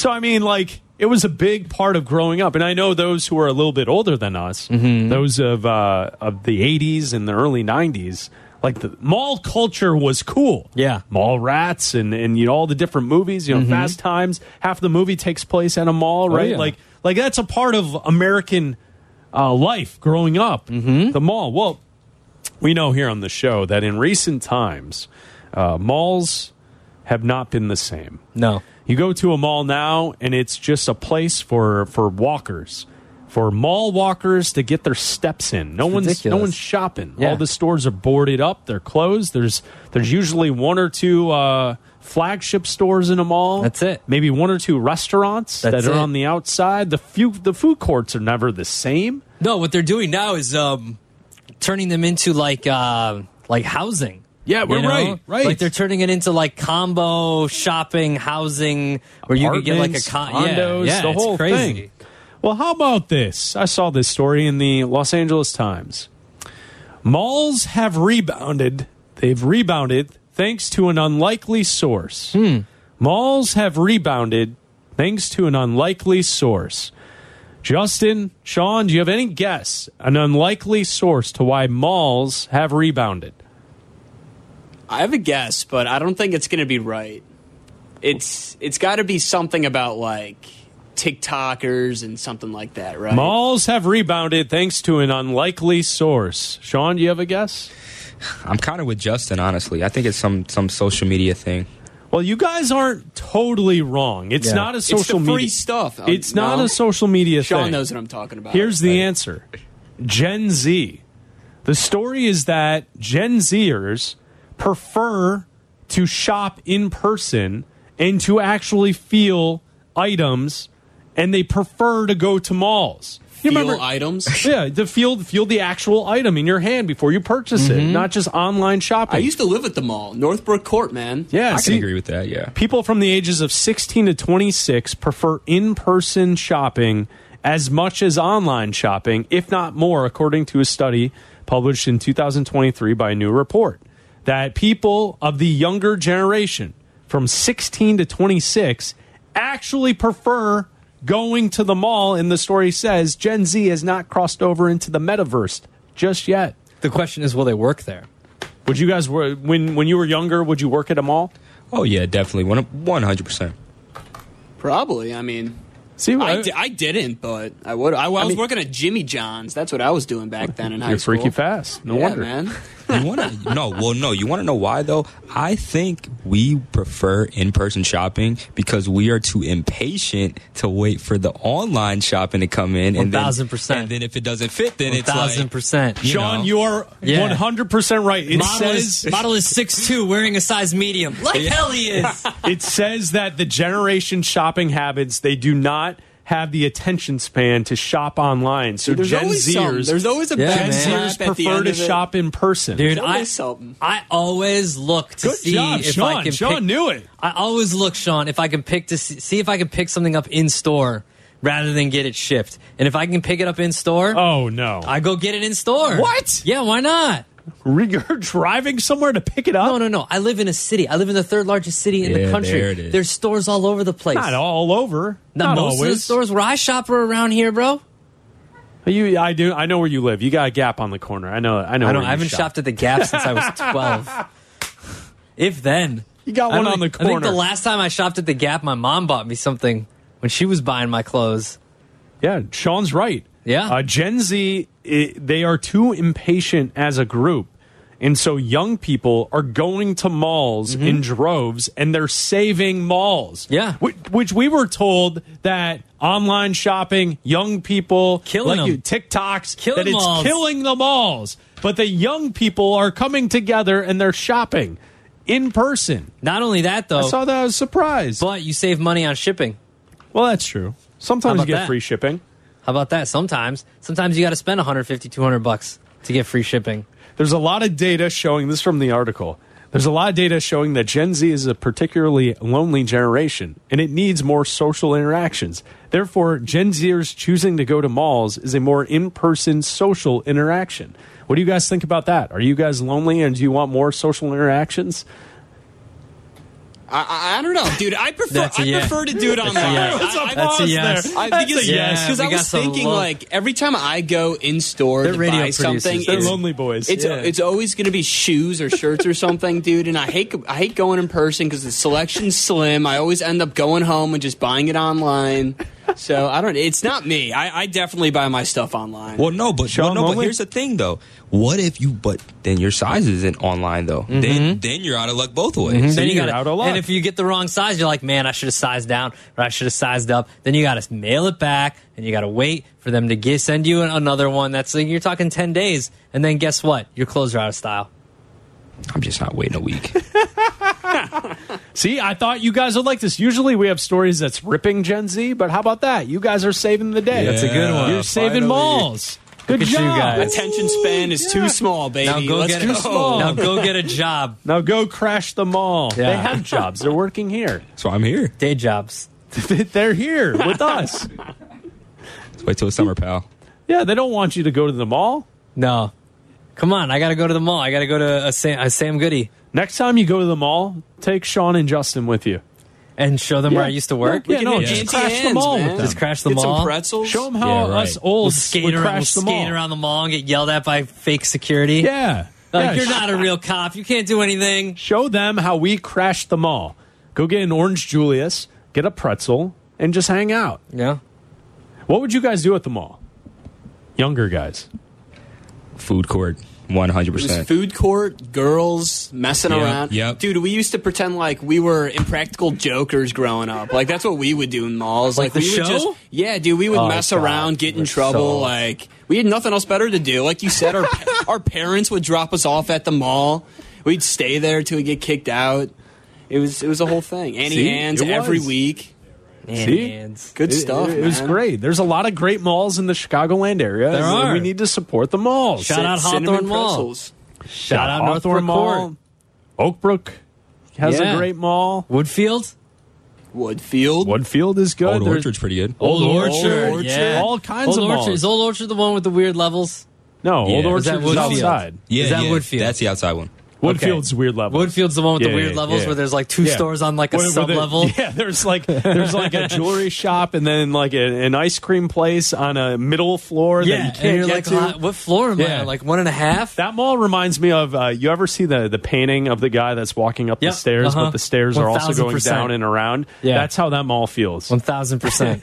[SPEAKER 1] So I mean, like it was a big part of growing up, and I know those who are a little bit older than us,
[SPEAKER 2] Mm-hmm.
[SPEAKER 1] those of uh, of the '80s and the early '90s, like the mall culture was cool.
[SPEAKER 2] Yeah. Mm-hmm.
[SPEAKER 1] mall rats and and you know all the different movies. You know, Fast Times. Half the movie takes place at a mall, right?
[SPEAKER 2] Oh, yeah.
[SPEAKER 1] Like like that's a part of American uh, life growing up.
[SPEAKER 2] Mm-hmm.
[SPEAKER 1] The mall. Well, we know here on the show that in recent times, uh, malls have not been the same.
[SPEAKER 2] no.
[SPEAKER 1] You go to a mall now, and it's just a place for for walkers, for mall walkers to get their steps in. No one's no
[SPEAKER 2] ridiculous.
[SPEAKER 1] one's shopping.
[SPEAKER 2] Yeah.
[SPEAKER 1] All the stores are boarded up. They're closed. There's there's usually one or two uh, flagship stores in a mall.
[SPEAKER 2] That's it.
[SPEAKER 1] Maybe one or two restaurants
[SPEAKER 2] That's
[SPEAKER 1] that are
[SPEAKER 2] it.
[SPEAKER 1] on the outside. The few the food courts are never the same.
[SPEAKER 2] No, what they're doing now is um, turning them into like uh, like housing.
[SPEAKER 1] Yeah, we're
[SPEAKER 2] You know?
[SPEAKER 1] right, right.
[SPEAKER 2] Like they're turning it into like combo shopping, housing, where you could get like a
[SPEAKER 1] Apartments,
[SPEAKER 2] con-
[SPEAKER 1] condos,
[SPEAKER 2] yeah, yeah,
[SPEAKER 1] the
[SPEAKER 2] it's
[SPEAKER 1] whole
[SPEAKER 2] crazy.
[SPEAKER 1] thing. Well, how about this? I saw this story in the Los Angeles Times. Malls have rebounded. They've rebounded thanks to an unlikely source.
[SPEAKER 2] Hmm.
[SPEAKER 1] Malls have rebounded thanks to an unlikely source. Justin, Sean, do you have any guess an unlikely source to why malls have rebounded?
[SPEAKER 7] I have a guess, but I don't think it's going to be right. It's it's got to be something about like TikTokers and something like that, right?
[SPEAKER 1] Malls have rebounded thanks to an unlikely source. Sean, do you have a guess?
[SPEAKER 6] I'm kind of with Justin, honestly. I think it's some some social media thing.
[SPEAKER 1] Well, you guys aren't totally wrong. It's
[SPEAKER 2] Yeah.
[SPEAKER 1] not a
[SPEAKER 7] it's the
[SPEAKER 1] social
[SPEAKER 7] free
[SPEAKER 1] media.
[SPEAKER 7] stuff. Um,
[SPEAKER 1] It's not
[SPEAKER 7] no?
[SPEAKER 1] a social media
[SPEAKER 7] Sean
[SPEAKER 1] thing.
[SPEAKER 7] knows what I'm talking about.
[SPEAKER 1] Here's the answer Gen Z. The story is that Gen Zers prefer to shop in person and to actually feel items, and they prefer to go to malls. You
[SPEAKER 7] Feel
[SPEAKER 1] remember,
[SPEAKER 7] items.
[SPEAKER 1] yeah, to feel, feel the actual item in your hand before you purchase it, not just online shopping.
[SPEAKER 7] Mm-hmm. I used to live at the mall, Northbrook Court, man.
[SPEAKER 1] yeah,
[SPEAKER 6] I can
[SPEAKER 1] see,
[SPEAKER 6] agree with that. Yeah.
[SPEAKER 1] people from the ages of 16 to 26 prefer in-person shopping as much as online shopping if not more according to a study published in 2023 by a new report that people of the younger generation from 16 to 26 actually prefer going to the mall and the story says gen z has not crossed over into the metaverse just yet
[SPEAKER 2] The question is, will they work there?
[SPEAKER 1] would you guys wor- when when you were younger would you work at a mall
[SPEAKER 6] Oh yeah, definitely. One one hundred percent.
[SPEAKER 7] Probably. I mean,
[SPEAKER 1] see
[SPEAKER 7] I di- I didn't, but I would. I, I was
[SPEAKER 1] mean-
[SPEAKER 7] working at Jimmy John's. That's what I was doing back then in high
[SPEAKER 1] you're
[SPEAKER 7] school.
[SPEAKER 1] freaky fast no
[SPEAKER 7] Yeah,
[SPEAKER 1] wonder
[SPEAKER 7] man.
[SPEAKER 6] You want to? no, well, no. You want to know why though? I think we prefer in-person shopping because we are too impatient to wait for the online shopping to come in. and then-
[SPEAKER 2] 1000%.
[SPEAKER 6] And then if it doesn't fit, then it's
[SPEAKER 2] Thousand
[SPEAKER 6] like
[SPEAKER 2] percent.
[SPEAKER 6] you
[SPEAKER 1] Sean,
[SPEAKER 6] know.
[SPEAKER 1] you are
[SPEAKER 2] Yeah.
[SPEAKER 1] one hundred percent right. It
[SPEAKER 2] Model
[SPEAKER 1] says
[SPEAKER 2] is model is six two, wearing a size medium. Like hell he is.
[SPEAKER 1] it says that the generation shopping habits they do not have the attention span to shop online. So
[SPEAKER 7] There's
[SPEAKER 1] Gen
[SPEAKER 7] always something.
[SPEAKER 1] Zers,
[SPEAKER 7] There's always a
[SPEAKER 2] Yeah,
[SPEAKER 7] back
[SPEAKER 1] Gen
[SPEAKER 2] man.
[SPEAKER 7] slap
[SPEAKER 1] Zers
[SPEAKER 7] at the
[SPEAKER 1] prefer
[SPEAKER 7] end
[SPEAKER 1] to
[SPEAKER 7] of it.
[SPEAKER 1] shop in person.
[SPEAKER 2] Dude,
[SPEAKER 7] There's
[SPEAKER 2] I,
[SPEAKER 7] always something.
[SPEAKER 2] I always look to
[SPEAKER 1] Good
[SPEAKER 2] see
[SPEAKER 1] job,
[SPEAKER 2] if
[SPEAKER 1] Sean.
[SPEAKER 2] I can.
[SPEAKER 1] Sean
[SPEAKER 2] pick,
[SPEAKER 1] knew it.
[SPEAKER 2] I always look, Sean, if I can pick to see, see if I can pick something up in store rather than get it shipped. And if I can pick it up in store,
[SPEAKER 1] oh no,
[SPEAKER 2] I go get it in store.
[SPEAKER 1] What?
[SPEAKER 2] Yeah, why not?
[SPEAKER 1] you're driving somewhere to pick it up.
[SPEAKER 2] No, no, no. I live in a city. I live in the third largest city in the
[SPEAKER 8] Yeah,
[SPEAKER 2] country.
[SPEAKER 8] there it is.
[SPEAKER 2] There's stores all over the place.
[SPEAKER 1] Not all over. Not
[SPEAKER 2] Now, most
[SPEAKER 1] always.
[SPEAKER 2] of the stores where I shop are around here, bro.
[SPEAKER 1] You, I do. I know where you live. You got a Gap on the corner. I know. I know.
[SPEAKER 2] I
[SPEAKER 1] where
[SPEAKER 2] don't.
[SPEAKER 1] you
[SPEAKER 2] I haven't
[SPEAKER 1] shop.
[SPEAKER 2] shopped at the Gap since I was twelve. if then,
[SPEAKER 1] You got
[SPEAKER 2] I
[SPEAKER 1] one
[SPEAKER 2] don't
[SPEAKER 1] on the
[SPEAKER 2] think- I think
[SPEAKER 1] corner.
[SPEAKER 2] the last time I shopped at the Gap, my mom bought me something when she was buying my clothes.
[SPEAKER 1] Yeah, Sean's right.
[SPEAKER 2] Yeah.
[SPEAKER 1] Uh, Gen Z, i they are too impatient as a group. And so young people are going to malls in droves and they're saving malls.
[SPEAKER 2] Mm-hmm. Yeah.
[SPEAKER 1] Which, which we were told that online shopping, young people, like
[SPEAKER 2] Killing 'em.
[SPEAKER 1] you, TikToks,
[SPEAKER 2] Killing
[SPEAKER 1] that it's
[SPEAKER 2] malls.
[SPEAKER 1] killing the malls. But the young people are coming together and they're shopping in person.
[SPEAKER 2] Not only that, though,
[SPEAKER 1] I saw that. I was surprised.
[SPEAKER 2] but you save money on shipping.
[SPEAKER 1] well, that's true. Sometimes
[SPEAKER 2] How
[SPEAKER 1] you
[SPEAKER 2] about
[SPEAKER 1] get
[SPEAKER 2] that?
[SPEAKER 1] free shipping.
[SPEAKER 2] How about that? Sometimes, sometimes you got to spend 150, 200 bucks to get free shipping.
[SPEAKER 1] There's a lot of data showing this is from the article. There's a lot of data showing that Gen Z is a particularly lonely generation and it needs more social interactions. Therefore, Gen Zers choosing to go to malls is a more in person social interaction. What do you guys think about that? Are you guys lonely and do you want more social interactions?
[SPEAKER 7] I, I, I don't know, dude. I prefer
[SPEAKER 2] That's a
[SPEAKER 7] I
[SPEAKER 2] yeah.
[SPEAKER 7] prefer to do it online.
[SPEAKER 2] yes.
[SPEAKER 7] I- I-
[SPEAKER 2] That's a yes.
[SPEAKER 7] I, because
[SPEAKER 2] a yes.
[SPEAKER 7] because
[SPEAKER 2] We
[SPEAKER 7] I
[SPEAKER 2] got
[SPEAKER 7] was
[SPEAKER 2] some
[SPEAKER 7] thinking
[SPEAKER 2] lo-
[SPEAKER 7] like every time I go in store
[SPEAKER 2] They're
[SPEAKER 7] to
[SPEAKER 2] radio
[SPEAKER 7] buy something,
[SPEAKER 2] producers.
[SPEAKER 1] They're
[SPEAKER 7] it's,
[SPEAKER 1] lonely boys.
[SPEAKER 7] it's it's always going to be shoes or shirts or something, dude. And I hate I hate going in person because the selection's slim. I always end up going home and just buying it online. So I don't. It's not me. I, I definitely buy my stuff online.
[SPEAKER 8] Well, no, but
[SPEAKER 1] Show
[SPEAKER 8] well, no,
[SPEAKER 1] them
[SPEAKER 8] but
[SPEAKER 1] only?
[SPEAKER 8] here's the thing though. What if you but then your size isn't online though? Then then you're out of luck both ways.
[SPEAKER 1] So
[SPEAKER 2] then you
[SPEAKER 1] you're
[SPEAKER 2] got
[SPEAKER 1] out of luck.
[SPEAKER 2] And if you get the wrong size, you're like, man, I should have sized down or I should have sized up. Then you got to mail it back and you got to wait for them to gi- send you an- another one. That's like, you're talking 10 days. And then guess what? Your clothes are out of style.
[SPEAKER 8] I'm just not waiting a week.
[SPEAKER 1] See, I thought you guys would like this. Usually we have stories that's ripping Gen Z, but how about that? You guys are saving the day.
[SPEAKER 8] That's a good one.
[SPEAKER 1] You're saving
[SPEAKER 8] Finally.
[SPEAKER 1] malls. Good
[SPEAKER 2] at you
[SPEAKER 1] job.
[SPEAKER 2] guys.
[SPEAKER 7] Attention span is too small, baby.
[SPEAKER 2] Now go,
[SPEAKER 7] Let's
[SPEAKER 2] get
[SPEAKER 7] go.
[SPEAKER 2] a,
[SPEAKER 1] Oh.
[SPEAKER 2] now go get a job.
[SPEAKER 1] Now go crash the mall.
[SPEAKER 2] Yeah.
[SPEAKER 1] They have jobs. They're working here.
[SPEAKER 8] so I'm here.
[SPEAKER 2] Day jobs.
[SPEAKER 1] They're here with us.
[SPEAKER 8] Let's wait till the summer, pal.
[SPEAKER 1] Yeah, they don't want you to go to the mall.
[SPEAKER 2] No. Come on. I got to go to the mall. I got to go to a Sam, a Sam Goody
[SPEAKER 1] Next time you go to the mall, take Sean and Justin with you.
[SPEAKER 2] and show them where I
[SPEAKER 1] Yeah.
[SPEAKER 2] used to work.
[SPEAKER 1] Yeah, no,
[SPEAKER 7] do
[SPEAKER 1] just
[SPEAKER 7] Auntie
[SPEAKER 1] crash the
[SPEAKER 7] Anne's,
[SPEAKER 1] mall
[SPEAKER 7] man.
[SPEAKER 1] with them.
[SPEAKER 2] Just crash the
[SPEAKER 7] Get
[SPEAKER 2] mall.
[SPEAKER 7] some pretzels.
[SPEAKER 1] Show them how
[SPEAKER 8] Yeah, right.
[SPEAKER 1] us old
[SPEAKER 2] We'll skate,
[SPEAKER 1] would
[SPEAKER 2] around, we'll
[SPEAKER 1] crash the
[SPEAKER 2] skate
[SPEAKER 1] mall.
[SPEAKER 2] around the mall and get yelled at by fake security.
[SPEAKER 1] Yeah.
[SPEAKER 2] Like,
[SPEAKER 1] Yeah,
[SPEAKER 2] you're
[SPEAKER 1] sh-
[SPEAKER 2] not a real cop. You can't do anything.
[SPEAKER 1] Show them how we crashed the mall. Go get an orange Julius, get a pretzel, and just hang out.
[SPEAKER 2] Yeah.
[SPEAKER 1] What would you guys do at the mall? Younger guys.
[SPEAKER 8] Food court, one hundred
[SPEAKER 7] It was
[SPEAKER 8] percent.
[SPEAKER 7] food court, girls messing
[SPEAKER 8] Yep,
[SPEAKER 7] around.
[SPEAKER 8] yep.
[SPEAKER 7] Dude, we used to pretend like we were impractical jokers growing up. Like that's what we would do in malls. Like,
[SPEAKER 2] the
[SPEAKER 7] we would
[SPEAKER 2] show?
[SPEAKER 7] just Yeah, dude, we would
[SPEAKER 1] Oh,
[SPEAKER 7] mess
[SPEAKER 1] God,
[SPEAKER 7] around, get in
[SPEAKER 1] we're
[SPEAKER 7] trouble,
[SPEAKER 1] so-
[SPEAKER 7] like we had nothing else better to do. Like you said, our our parents would drop us off at the mall. We'd stay there till we get kicked out. It was it was a whole thing. Annie
[SPEAKER 1] See?
[SPEAKER 7] hands
[SPEAKER 1] It
[SPEAKER 7] every
[SPEAKER 1] was.
[SPEAKER 7] week.
[SPEAKER 1] See?
[SPEAKER 2] hands.
[SPEAKER 7] Good
[SPEAKER 1] It-
[SPEAKER 7] stuff.
[SPEAKER 1] It, was
[SPEAKER 7] man.
[SPEAKER 1] great. There's a lot of great malls in the Chicagoland area.
[SPEAKER 2] There
[SPEAKER 1] and
[SPEAKER 2] are.
[SPEAKER 1] We need to support the malls.
[SPEAKER 2] Shout out
[SPEAKER 7] Cinnamon
[SPEAKER 2] Hawthorne Mall.
[SPEAKER 7] pretzels.
[SPEAKER 2] Shout out
[SPEAKER 1] Hawthorne
[SPEAKER 2] Northport Mall.
[SPEAKER 1] Mall. Oakbrook has
[SPEAKER 2] Yeah.
[SPEAKER 1] a great mall.
[SPEAKER 2] Woodfield.
[SPEAKER 7] Woodfield.
[SPEAKER 1] Woodfield is good.
[SPEAKER 8] Old
[SPEAKER 1] There's-
[SPEAKER 8] Orchard's pretty good.
[SPEAKER 2] Old Orchard.
[SPEAKER 1] Orchard.
[SPEAKER 2] Yeah.
[SPEAKER 1] All kinds
[SPEAKER 2] Old
[SPEAKER 1] of
[SPEAKER 2] Orchard.
[SPEAKER 1] malls.
[SPEAKER 2] Is Old Orchard the one with the weird levels?
[SPEAKER 1] No,
[SPEAKER 8] Yeah.
[SPEAKER 1] Old
[SPEAKER 8] Is
[SPEAKER 1] Orchard
[SPEAKER 2] that
[SPEAKER 1] is,
[SPEAKER 2] Woodfield?
[SPEAKER 1] outside.
[SPEAKER 8] Yeah,
[SPEAKER 2] Is that
[SPEAKER 8] yeah,
[SPEAKER 2] Woodfield?
[SPEAKER 8] That's the outside one.
[SPEAKER 1] Woodfield's weird level.
[SPEAKER 2] Woodfield's the one with
[SPEAKER 1] Yeah,
[SPEAKER 2] the weird
[SPEAKER 1] yeah,
[SPEAKER 2] levels
[SPEAKER 1] yeah.
[SPEAKER 2] where there's like two
[SPEAKER 1] Yeah.
[SPEAKER 2] stores on like a
[SPEAKER 1] Where- where
[SPEAKER 2] sub
[SPEAKER 1] they-
[SPEAKER 2] level.
[SPEAKER 1] Yeah, there's like there's like a jewelry shop and then like a, an ice cream place on a middle floor that you
[SPEAKER 2] Yeah.
[SPEAKER 1] can't
[SPEAKER 2] And you're
[SPEAKER 1] get
[SPEAKER 2] like,
[SPEAKER 1] to.
[SPEAKER 2] "Huh, what floor am I
[SPEAKER 1] Yeah.
[SPEAKER 2] on? Like one and a half?
[SPEAKER 1] That mall reminds me of uh, you ever see the the painting of the guy that's walking up
[SPEAKER 2] Yep,
[SPEAKER 1] the stairs,
[SPEAKER 2] uh-huh.
[SPEAKER 1] but the stairs are also going
[SPEAKER 2] 1000%.
[SPEAKER 1] down and around.
[SPEAKER 2] Yeah.
[SPEAKER 1] That's how that mall feels.
[SPEAKER 2] One thousand percent.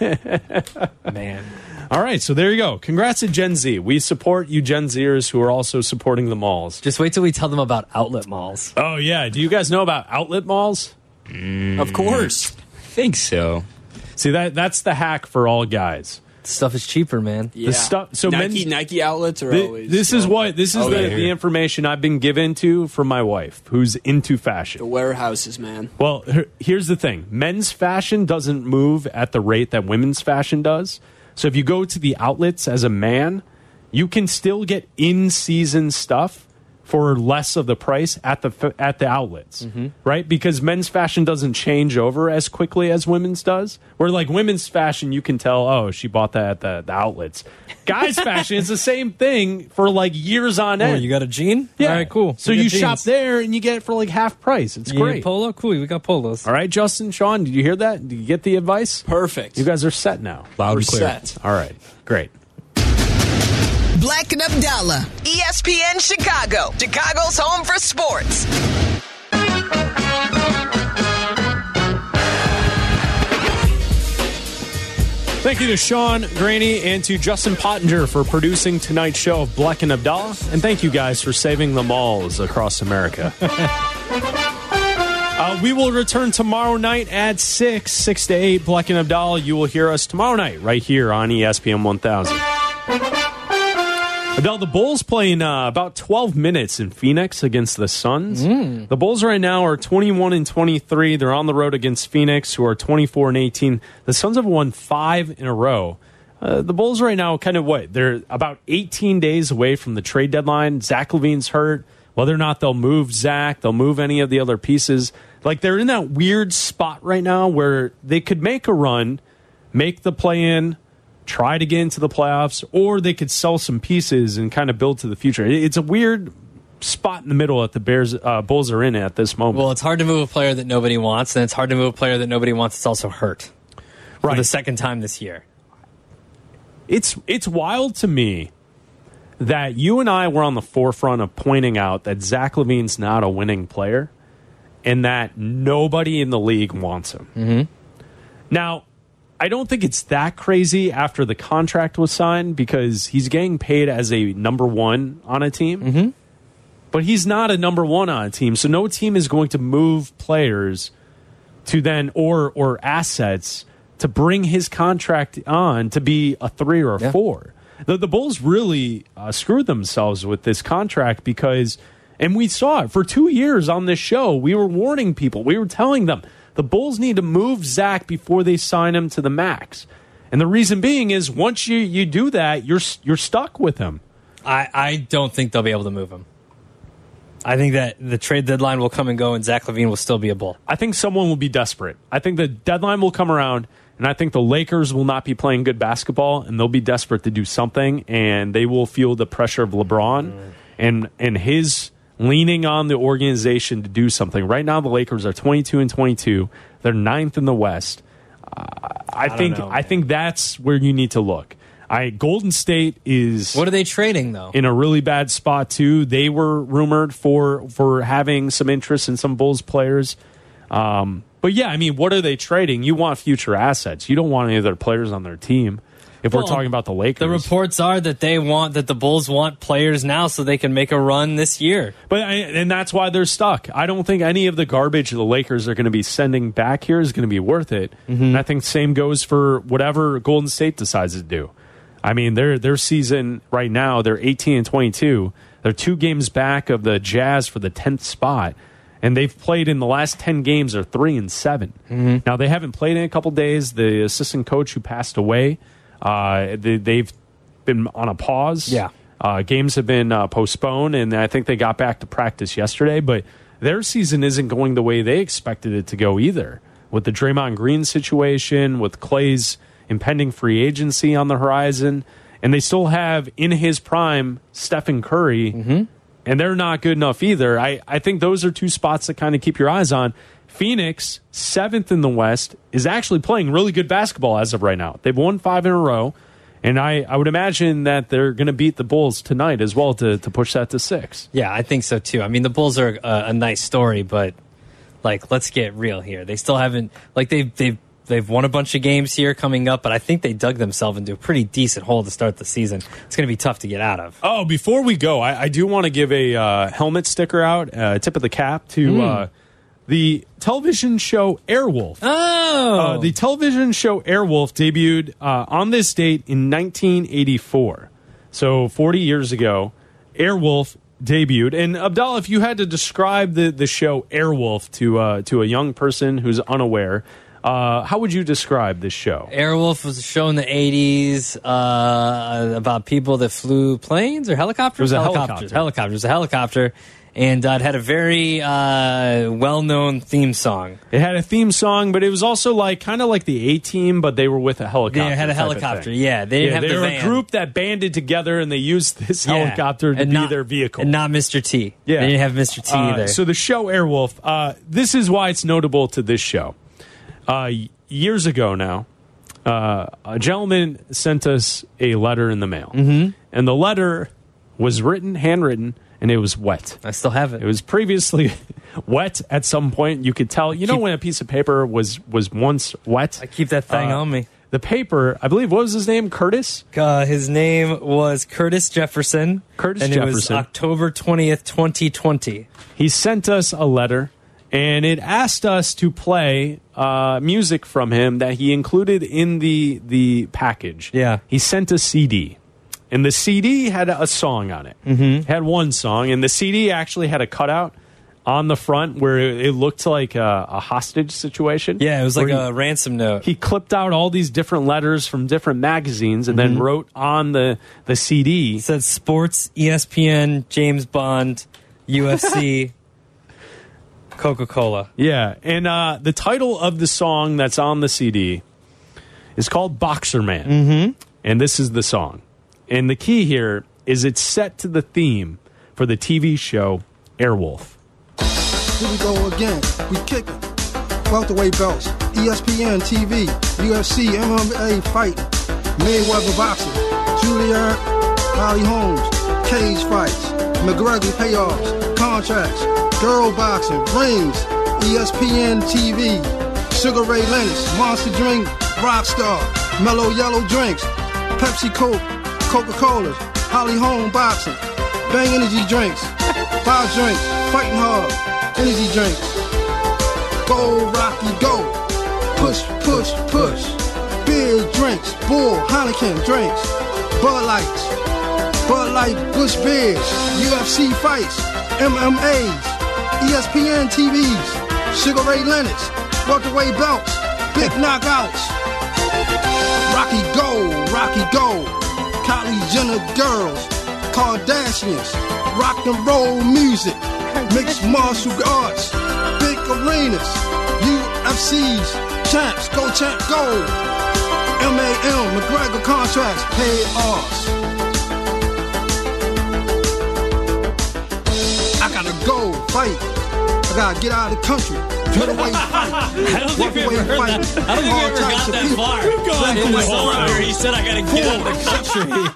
[SPEAKER 2] Man.
[SPEAKER 1] All right, so there you go. Congrats to Gen Z. We support you Gen Zers who are also supporting the malls.
[SPEAKER 2] Just wait till we tell them about outlet malls.
[SPEAKER 1] Oh yeah, do you guys know about outlet malls?
[SPEAKER 7] Of course.
[SPEAKER 8] I think so.
[SPEAKER 1] See that that's the hack for all guys.
[SPEAKER 2] stuff is cheaper, man.
[SPEAKER 7] Yeah.
[SPEAKER 1] stuff- so
[SPEAKER 7] Nike
[SPEAKER 1] men's-
[SPEAKER 7] Nike outlets are
[SPEAKER 1] Thi-
[SPEAKER 7] always
[SPEAKER 1] this is what this is
[SPEAKER 7] Oh,
[SPEAKER 1] the,
[SPEAKER 7] yeah.
[SPEAKER 1] the information I've been given to from my wife, who's into fashion.
[SPEAKER 7] the warehouses, man.
[SPEAKER 1] Well, her- here's the thing men's fashion doesn't move at the rate that women's fashion does. So if you go to the outlets as a man, you can still get in season stuff for less of the price at the f- at the outlets,
[SPEAKER 2] Mm-hmm.
[SPEAKER 1] right? Because men's fashion doesn't change over as quickly as women's does. Where like women's fashion, you can tell, oh, she bought that at the, the outlets. Guys' fashion is the same thing for like years on
[SPEAKER 2] Oh,
[SPEAKER 1] end.
[SPEAKER 2] you got a jean?
[SPEAKER 1] yeah,
[SPEAKER 2] All right, cool.
[SPEAKER 1] So
[SPEAKER 2] We got
[SPEAKER 1] you, shop
[SPEAKER 2] jeans.
[SPEAKER 1] there and you get it for like half price. It's
[SPEAKER 2] You
[SPEAKER 1] great.
[SPEAKER 2] need a polo? Cool. We got polos.
[SPEAKER 1] All right, Justin, Sean, did you hear that? Did you get the advice?
[SPEAKER 7] Perfect.
[SPEAKER 1] You guys are set now.
[SPEAKER 10] Loud
[SPEAKER 7] We're
[SPEAKER 10] and clear.
[SPEAKER 7] set.
[SPEAKER 1] All right, great.
[SPEAKER 8] Black and Abdallah, E ESPN Chicago, Chicago's home for sports.
[SPEAKER 1] Thank you to Sean Graney and to Justin Pottinger for producing tonight's show of Black and Abdallah. And thank you guys for saving the malls across America. Uh, we will return tomorrow night at 6, 6 to 8. Black and Abdallah, you will hear us tomorrow night right here on E ESPN 1000. Abdallah, the Bulls playing uh, about 12 minutes in Phoenix against the Suns. The Bulls right now are 21 and 23. They're on the road against Phoenix, who are 24 and 18. The Suns have won five in a row. Uh, the Bulls right now, kind of what? They're about 18 days away from the trade deadline. Zach Levine's hurt. Whether or not they'll move Zach, they'll move any of the other pieces. Like they're in that weird spot right now where they could make a run, make the play in, try to get into the playoffs, or they could sell some pieces and kind of build to the future. It- It's a weird spot in the middle that the Bears uh, Bulls are in at this moment.
[SPEAKER 2] Well, it's hard to move a player that nobody wants, and it's hard to move a player that nobody wants that's also hurt for the second time this year.
[SPEAKER 1] it's it's wild to me that you and I were on the forefront of pointing out that Zach Levine's not a winning player and that nobody in the league wants him.
[SPEAKER 2] Mm-hmm.
[SPEAKER 1] Now, I don't think it's that crazy after the contract was signed because he's getting paid as a number one on a team.
[SPEAKER 2] Mm-hmm.
[SPEAKER 1] But he's not a number one on a team, so no team is going to move players to then or or assets to bring his contract on to be a three or a four. The, the Bulls really uh, screwed themselves with this contract because, and we saw it for two years on this show. We were warning people. We were telling them the Bulls need to move Zach before they sign him to the max. And the reason being is once you, you do that, you're s- you're stuck with him.
[SPEAKER 2] I, I don't think they'll be able to move him. I think that the trade deadline will come and go, and Zach Levine will still be a bull.
[SPEAKER 1] I think someone will be desperate. I think the deadline will come around, and I think the Lakers will not be playing good basketball, and they'll be desperate to do something, and they will feel the pressure of LeBron
[SPEAKER 2] Mm.
[SPEAKER 1] and and his leaning on the organization to do something. Right now, the Lakers are twenty two and twenty two. They're ninth in the West. Uh, I, think
[SPEAKER 2] know,
[SPEAKER 1] I think that's where you need to look. I Golden State is
[SPEAKER 2] What are they trading though?
[SPEAKER 1] in a really bad spot too. They were rumored for for having some interest in some Bulls players. Um, but yeah, I mean, what are they trading? You want future assets. You don't want any of their players on their team. If we're
[SPEAKER 2] Well,
[SPEAKER 1] talking about the Lakers,
[SPEAKER 2] the reports are that they want that the Bulls want players now so they can make a run this year.
[SPEAKER 1] but I, and that's why they're stuck. I don't think any of the garbage the Lakers are going to be sending back here is going to be worth it. And I think same goes for whatever Golden State decides to do. I mean, their their season right now, they're 18 and 22. They're two games back of the Jazz for the 10th spot. And they've played in the last 10 games are 3 and 7. Now they haven't played in a couple days. The assistant coach who passed away, uh, they, they've been on a pause.
[SPEAKER 2] Yeah.
[SPEAKER 1] Uh, games have been uh, postponed, and I think they got back to practice yesterday. But their season isn't going the way they expected it to go either. With the Draymond Green situation, with Clay's impending free agency on the horizon, and they still have in his prime Stephen Curry, and they're not good enough either. I, I think those are two spots to kind of keep your eyes on. Phoenix, seventh in the West, is actually playing really good basketball as of right now. They've won five in a row. And I, I would imagine that they're going to beat the Bulls tonight as well to, to push that to six.
[SPEAKER 2] Yeah, I think so too. I mean, the Bulls are a, a nice story, but like, let's get real here. They still haven't like they've they've they've won a bunch of games here coming up, but I think they dug themselves into a pretty decent hole to start the season. It's going to be tough to get out of.
[SPEAKER 1] Oh, before we go, I, I do want to give a uh, helmet sticker out, uh, tip of the cap to uh, the television show Airwolf.
[SPEAKER 2] Oh,
[SPEAKER 1] uh, the television show Airwolf debuted uh, on this date in 1984, so 40 years ago. Airwolf debuted, and Abdallah, if you had to describe the the show Airwolf to uh, to a young person who's unaware, uh, how would you describe this show?
[SPEAKER 2] Airwolf was a show in the 80s uh, about people that flew planes or helicopters? It
[SPEAKER 1] was a
[SPEAKER 2] helicopters. Helicopters. It was a helicopter. And uh, it had a very uh, well known theme song.
[SPEAKER 1] It had a theme song, but it was also like kind of like the A Team, but they were with a helicopter.
[SPEAKER 2] They had a
[SPEAKER 1] type of
[SPEAKER 2] helicopter,
[SPEAKER 1] thing.
[SPEAKER 2] yeah. They didn't have
[SPEAKER 1] they
[SPEAKER 2] the
[SPEAKER 1] were
[SPEAKER 2] van.
[SPEAKER 1] a group that banded together and they used this
[SPEAKER 2] Yeah.
[SPEAKER 1] helicopter to
[SPEAKER 2] And
[SPEAKER 1] be
[SPEAKER 2] not-
[SPEAKER 1] their vehicle.
[SPEAKER 2] And not Mr. T. They didn't have Mr. T
[SPEAKER 1] Uh,
[SPEAKER 2] either.
[SPEAKER 1] So the show Airwolf, uh, this is why it's notable to this show. Uh, y- years ago now, uh, a gentleman sent us a letter in the mail. Mm-hmm. And the letter was written, handwritten, and it was wet.
[SPEAKER 2] I still have it.
[SPEAKER 1] It was previously wet at some point. You could tell. You know when a piece of paper was was once wet?
[SPEAKER 2] I keep that thing
[SPEAKER 1] Uh,
[SPEAKER 2] on me.
[SPEAKER 1] The paper, I believe, what was his name? Curtis?
[SPEAKER 2] Uh, his name was Curtis Jefferson.
[SPEAKER 1] Curtis
[SPEAKER 2] and It was
[SPEAKER 1] Jefferson.
[SPEAKER 2] October 20th, 2020.
[SPEAKER 1] he sent us a letter and it asked us to play uh, music from him that he included in the the package.
[SPEAKER 2] Yeah.
[SPEAKER 1] he sent a CD, and the CD had a song on it. Mm-hmm. Had one song, and the CD actually had a cutout on the front where it, it looked like a, a hostage situation.
[SPEAKER 2] Yeah, it was like
[SPEAKER 1] Where
[SPEAKER 2] a ransom note.
[SPEAKER 1] he clipped out all these different letters from different magazines and then wrote on the the CD.
[SPEAKER 2] It said sports, E ESPN, James Bond, UFC, Coca Cola.
[SPEAKER 1] Yeah, and uh, the title of the song that's on the CD is called Boxer Man, mm-hmm. and this is the song. And the key here is it's set to the theme for the TV show Airwolf.
[SPEAKER 3] Here we go again. We kick it. Welterweight belts, E ESPN TV, UFC, MMA fighting, Mayweather boxing, Juilliard, Holly Holmes, cage fights, McGregor payoffs, contracts, girl boxing, rings, E ESPN TV, Sugar Ray Lennox, Monster Drink, Rockstar, Mellow Yellow Drinks, Pepsi Coke, Coca Colas, Holly Holm Boxing, Bang Energy Drinks, Five Drinks, Fighting Hard, Energy Drinks. Go, Rocky, go. Push, push, push. Beer drinks, bull, Heineken drinks, Bud Lights, Bud Light, Bush Beers, UFC fights, MMAs, ESPN TVs, Sugar Ray Lennox, Welterweight belts, Big Knockouts. Rocky Gold, Rocky Gold, Kylie Jenner girls, Kardashians, rock and roll music, mixed martial arts, big arenas, UFCs, champs, go champ, go. MAM, McGregor contracts, pay offs. I gotta go fight. I gotta get out of the country. Middleweight fight.
[SPEAKER 2] I don't think we ever
[SPEAKER 3] Welterweight
[SPEAKER 2] heard
[SPEAKER 3] fight.
[SPEAKER 2] that. I don't think we
[SPEAKER 3] All
[SPEAKER 2] ever
[SPEAKER 3] types
[SPEAKER 2] got
[SPEAKER 3] of
[SPEAKER 2] that
[SPEAKER 3] people.
[SPEAKER 2] far.
[SPEAKER 3] Black
[SPEAKER 2] It
[SPEAKER 3] and
[SPEAKER 2] was
[SPEAKER 3] white.
[SPEAKER 2] over. He said, "I gotta get out of the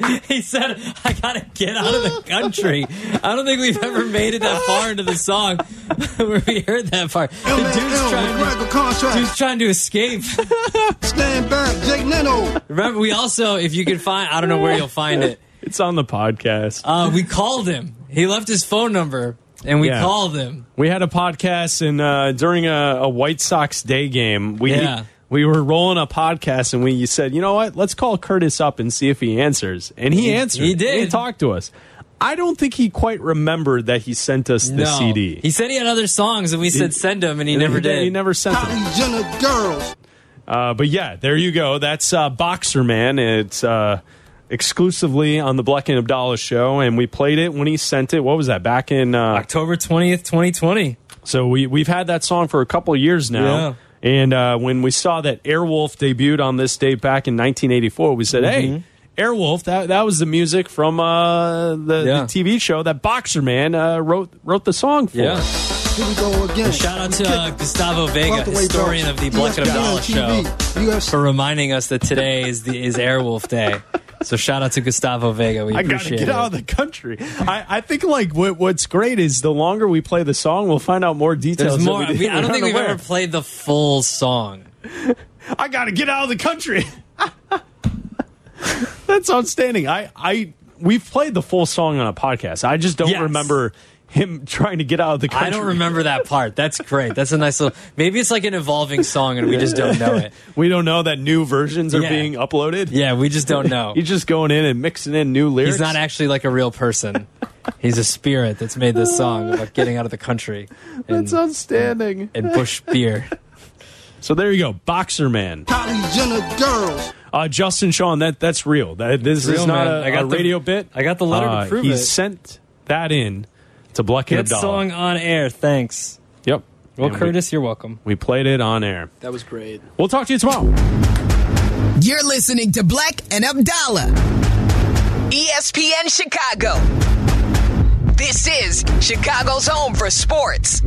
[SPEAKER 2] country." He said, "I gotta get out of the country." I don't think we've ever made it that far into the song where we heard that part. The
[SPEAKER 3] MAM,
[SPEAKER 2] dude's trying to,
[SPEAKER 3] McGregor contracts.
[SPEAKER 2] dude's trying to escape.
[SPEAKER 3] Stand back, Jake Neno.
[SPEAKER 2] Remember, we also, if you could find, I don't know where you'll find it.
[SPEAKER 1] It's on the podcast.
[SPEAKER 2] Uh, we called him. He left his phone number, and we
[SPEAKER 1] Yeah.
[SPEAKER 2] called him.
[SPEAKER 1] We had a podcast, and uh, during a, a White Sox day game, we
[SPEAKER 2] Yeah.
[SPEAKER 1] we were rolling a podcast, and we said, you know what? Let's call Curtis up and see if he answers. And he,
[SPEAKER 2] He-
[SPEAKER 1] answered.
[SPEAKER 2] he did.
[SPEAKER 1] He talked to us. I don't think he quite remembered that he sent us the
[SPEAKER 2] no.
[SPEAKER 1] CD.
[SPEAKER 2] He said he had other songs, and we said send him, and he never did.
[SPEAKER 1] He never sent it.
[SPEAKER 3] Kylie Jenner girls.
[SPEAKER 1] Uh, but yeah, there you go. That's uh, Boxer Man. It's uh, exclusively on the Black and Abdallah show, and we played it when he sent it. What was that? Back in uh,
[SPEAKER 2] October 20th, 2020.
[SPEAKER 1] so we we've had that song for a couple of years now. And uh, when we saw that Airwolf debuted on this date back in 1984, we said,
[SPEAKER 2] Mm-hmm.
[SPEAKER 1] "Hey, Airwolf! That that was the music from uh, the,
[SPEAKER 2] Yeah.
[SPEAKER 1] the TV show that Boxer Man uh, wrote wrote the song for."
[SPEAKER 2] Yeah.
[SPEAKER 3] Here we go again.
[SPEAKER 2] Shout out to uh, Gustavo Vega, historian of the Black and Abdallah show,
[SPEAKER 3] UFC.
[SPEAKER 2] for reminding us that today is the is Airwolf Day. So shout out to Gustavo Vega. We
[SPEAKER 1] I gotta
[SPEAKER 2] appreciate
[SPEAKER 1] get
[SPEAKER 2] it.
[SPEAKER 1] out of the country. I, I think like what, what's great is the longer we play the song, we'll find out more details.
[SPEAKER 2] There's
[SPEAKER 1] that
[SPEAKER 2] more.
[SPEAKER 1] we
[SPEAKER 2] we- I don't
[SPEAKER 1] didn't
[SPEAKER 2] think we've
[SPEAKER 1] aware.
[SPEAKER 2] ever played the full song.
[SPEAKER 1] I gotta get out of the country. That's outstanding. I I we've played the full song on a podcast. I just don't
[SPEAKER 2] Yes.
[SPEAKER 1] remember him trying to get out of the country.
[SPEAKER 2] I don't remember that part. That's great. That's a nice little. Maybe it's like an evolving song, and we just don't know it.
[SPEAKER 1] we don't know that new versions are
[SPEAKER 2] Yeah.
[SPEAKER 1] being uploaded.
[SPEAKER 2] Yeah, we just don't know.
[SPEAKER 1] He's just going in and mixing in new lyrics.
[SPEAKER 2] He's not actually like a real person. He's a spirit that's made this song about getting out of the country and,
[SPEAKER 1] That's outstanding.
[SPEAKER 2] and Bush beer.
[SPEAKER 1] So there you go, Boxer Man.
[SPEAKER 11] Kylie Jenner girls.
[SPEAKER 1] Uh, Justin Sean, that that's real. That this
[SPEAKER 2] It's
[SPEAKER 1] is
[SPEAKER 2] real,
[SPEAKER 1] not a,
[SPEAKER 2] man. I got
[SPEAKER 1] a
[SPEAKER 2] the-
[SPEAKER 1] radio bit. Uh,
[SPEAKER 2] I got the letter to prove
[SPEAKER 1] he
[SPEAKER 2] it.
[SPEAKER 1] sent that in to Bluck and
[SPEAKER 2] Good
[SPEAKER 1] Abdallah.
[SPEAKER 2] song on air. Thanks.
[SPEAKER 1] Yep.
[SPEAKER 2] Well,
[SPEAKER 1] And we-
[SPEAKER 2] Curtis, you're welcome.
[SPEAKER 1] we played it on air.
[SPEAKER 7] That was great.
[SPEAKER 1] We'll talk to you tomorrow.
[SPEAKER 8] You're listening to Black and Abdallah. E ESPN Chicago. This is Chicago's home for sports.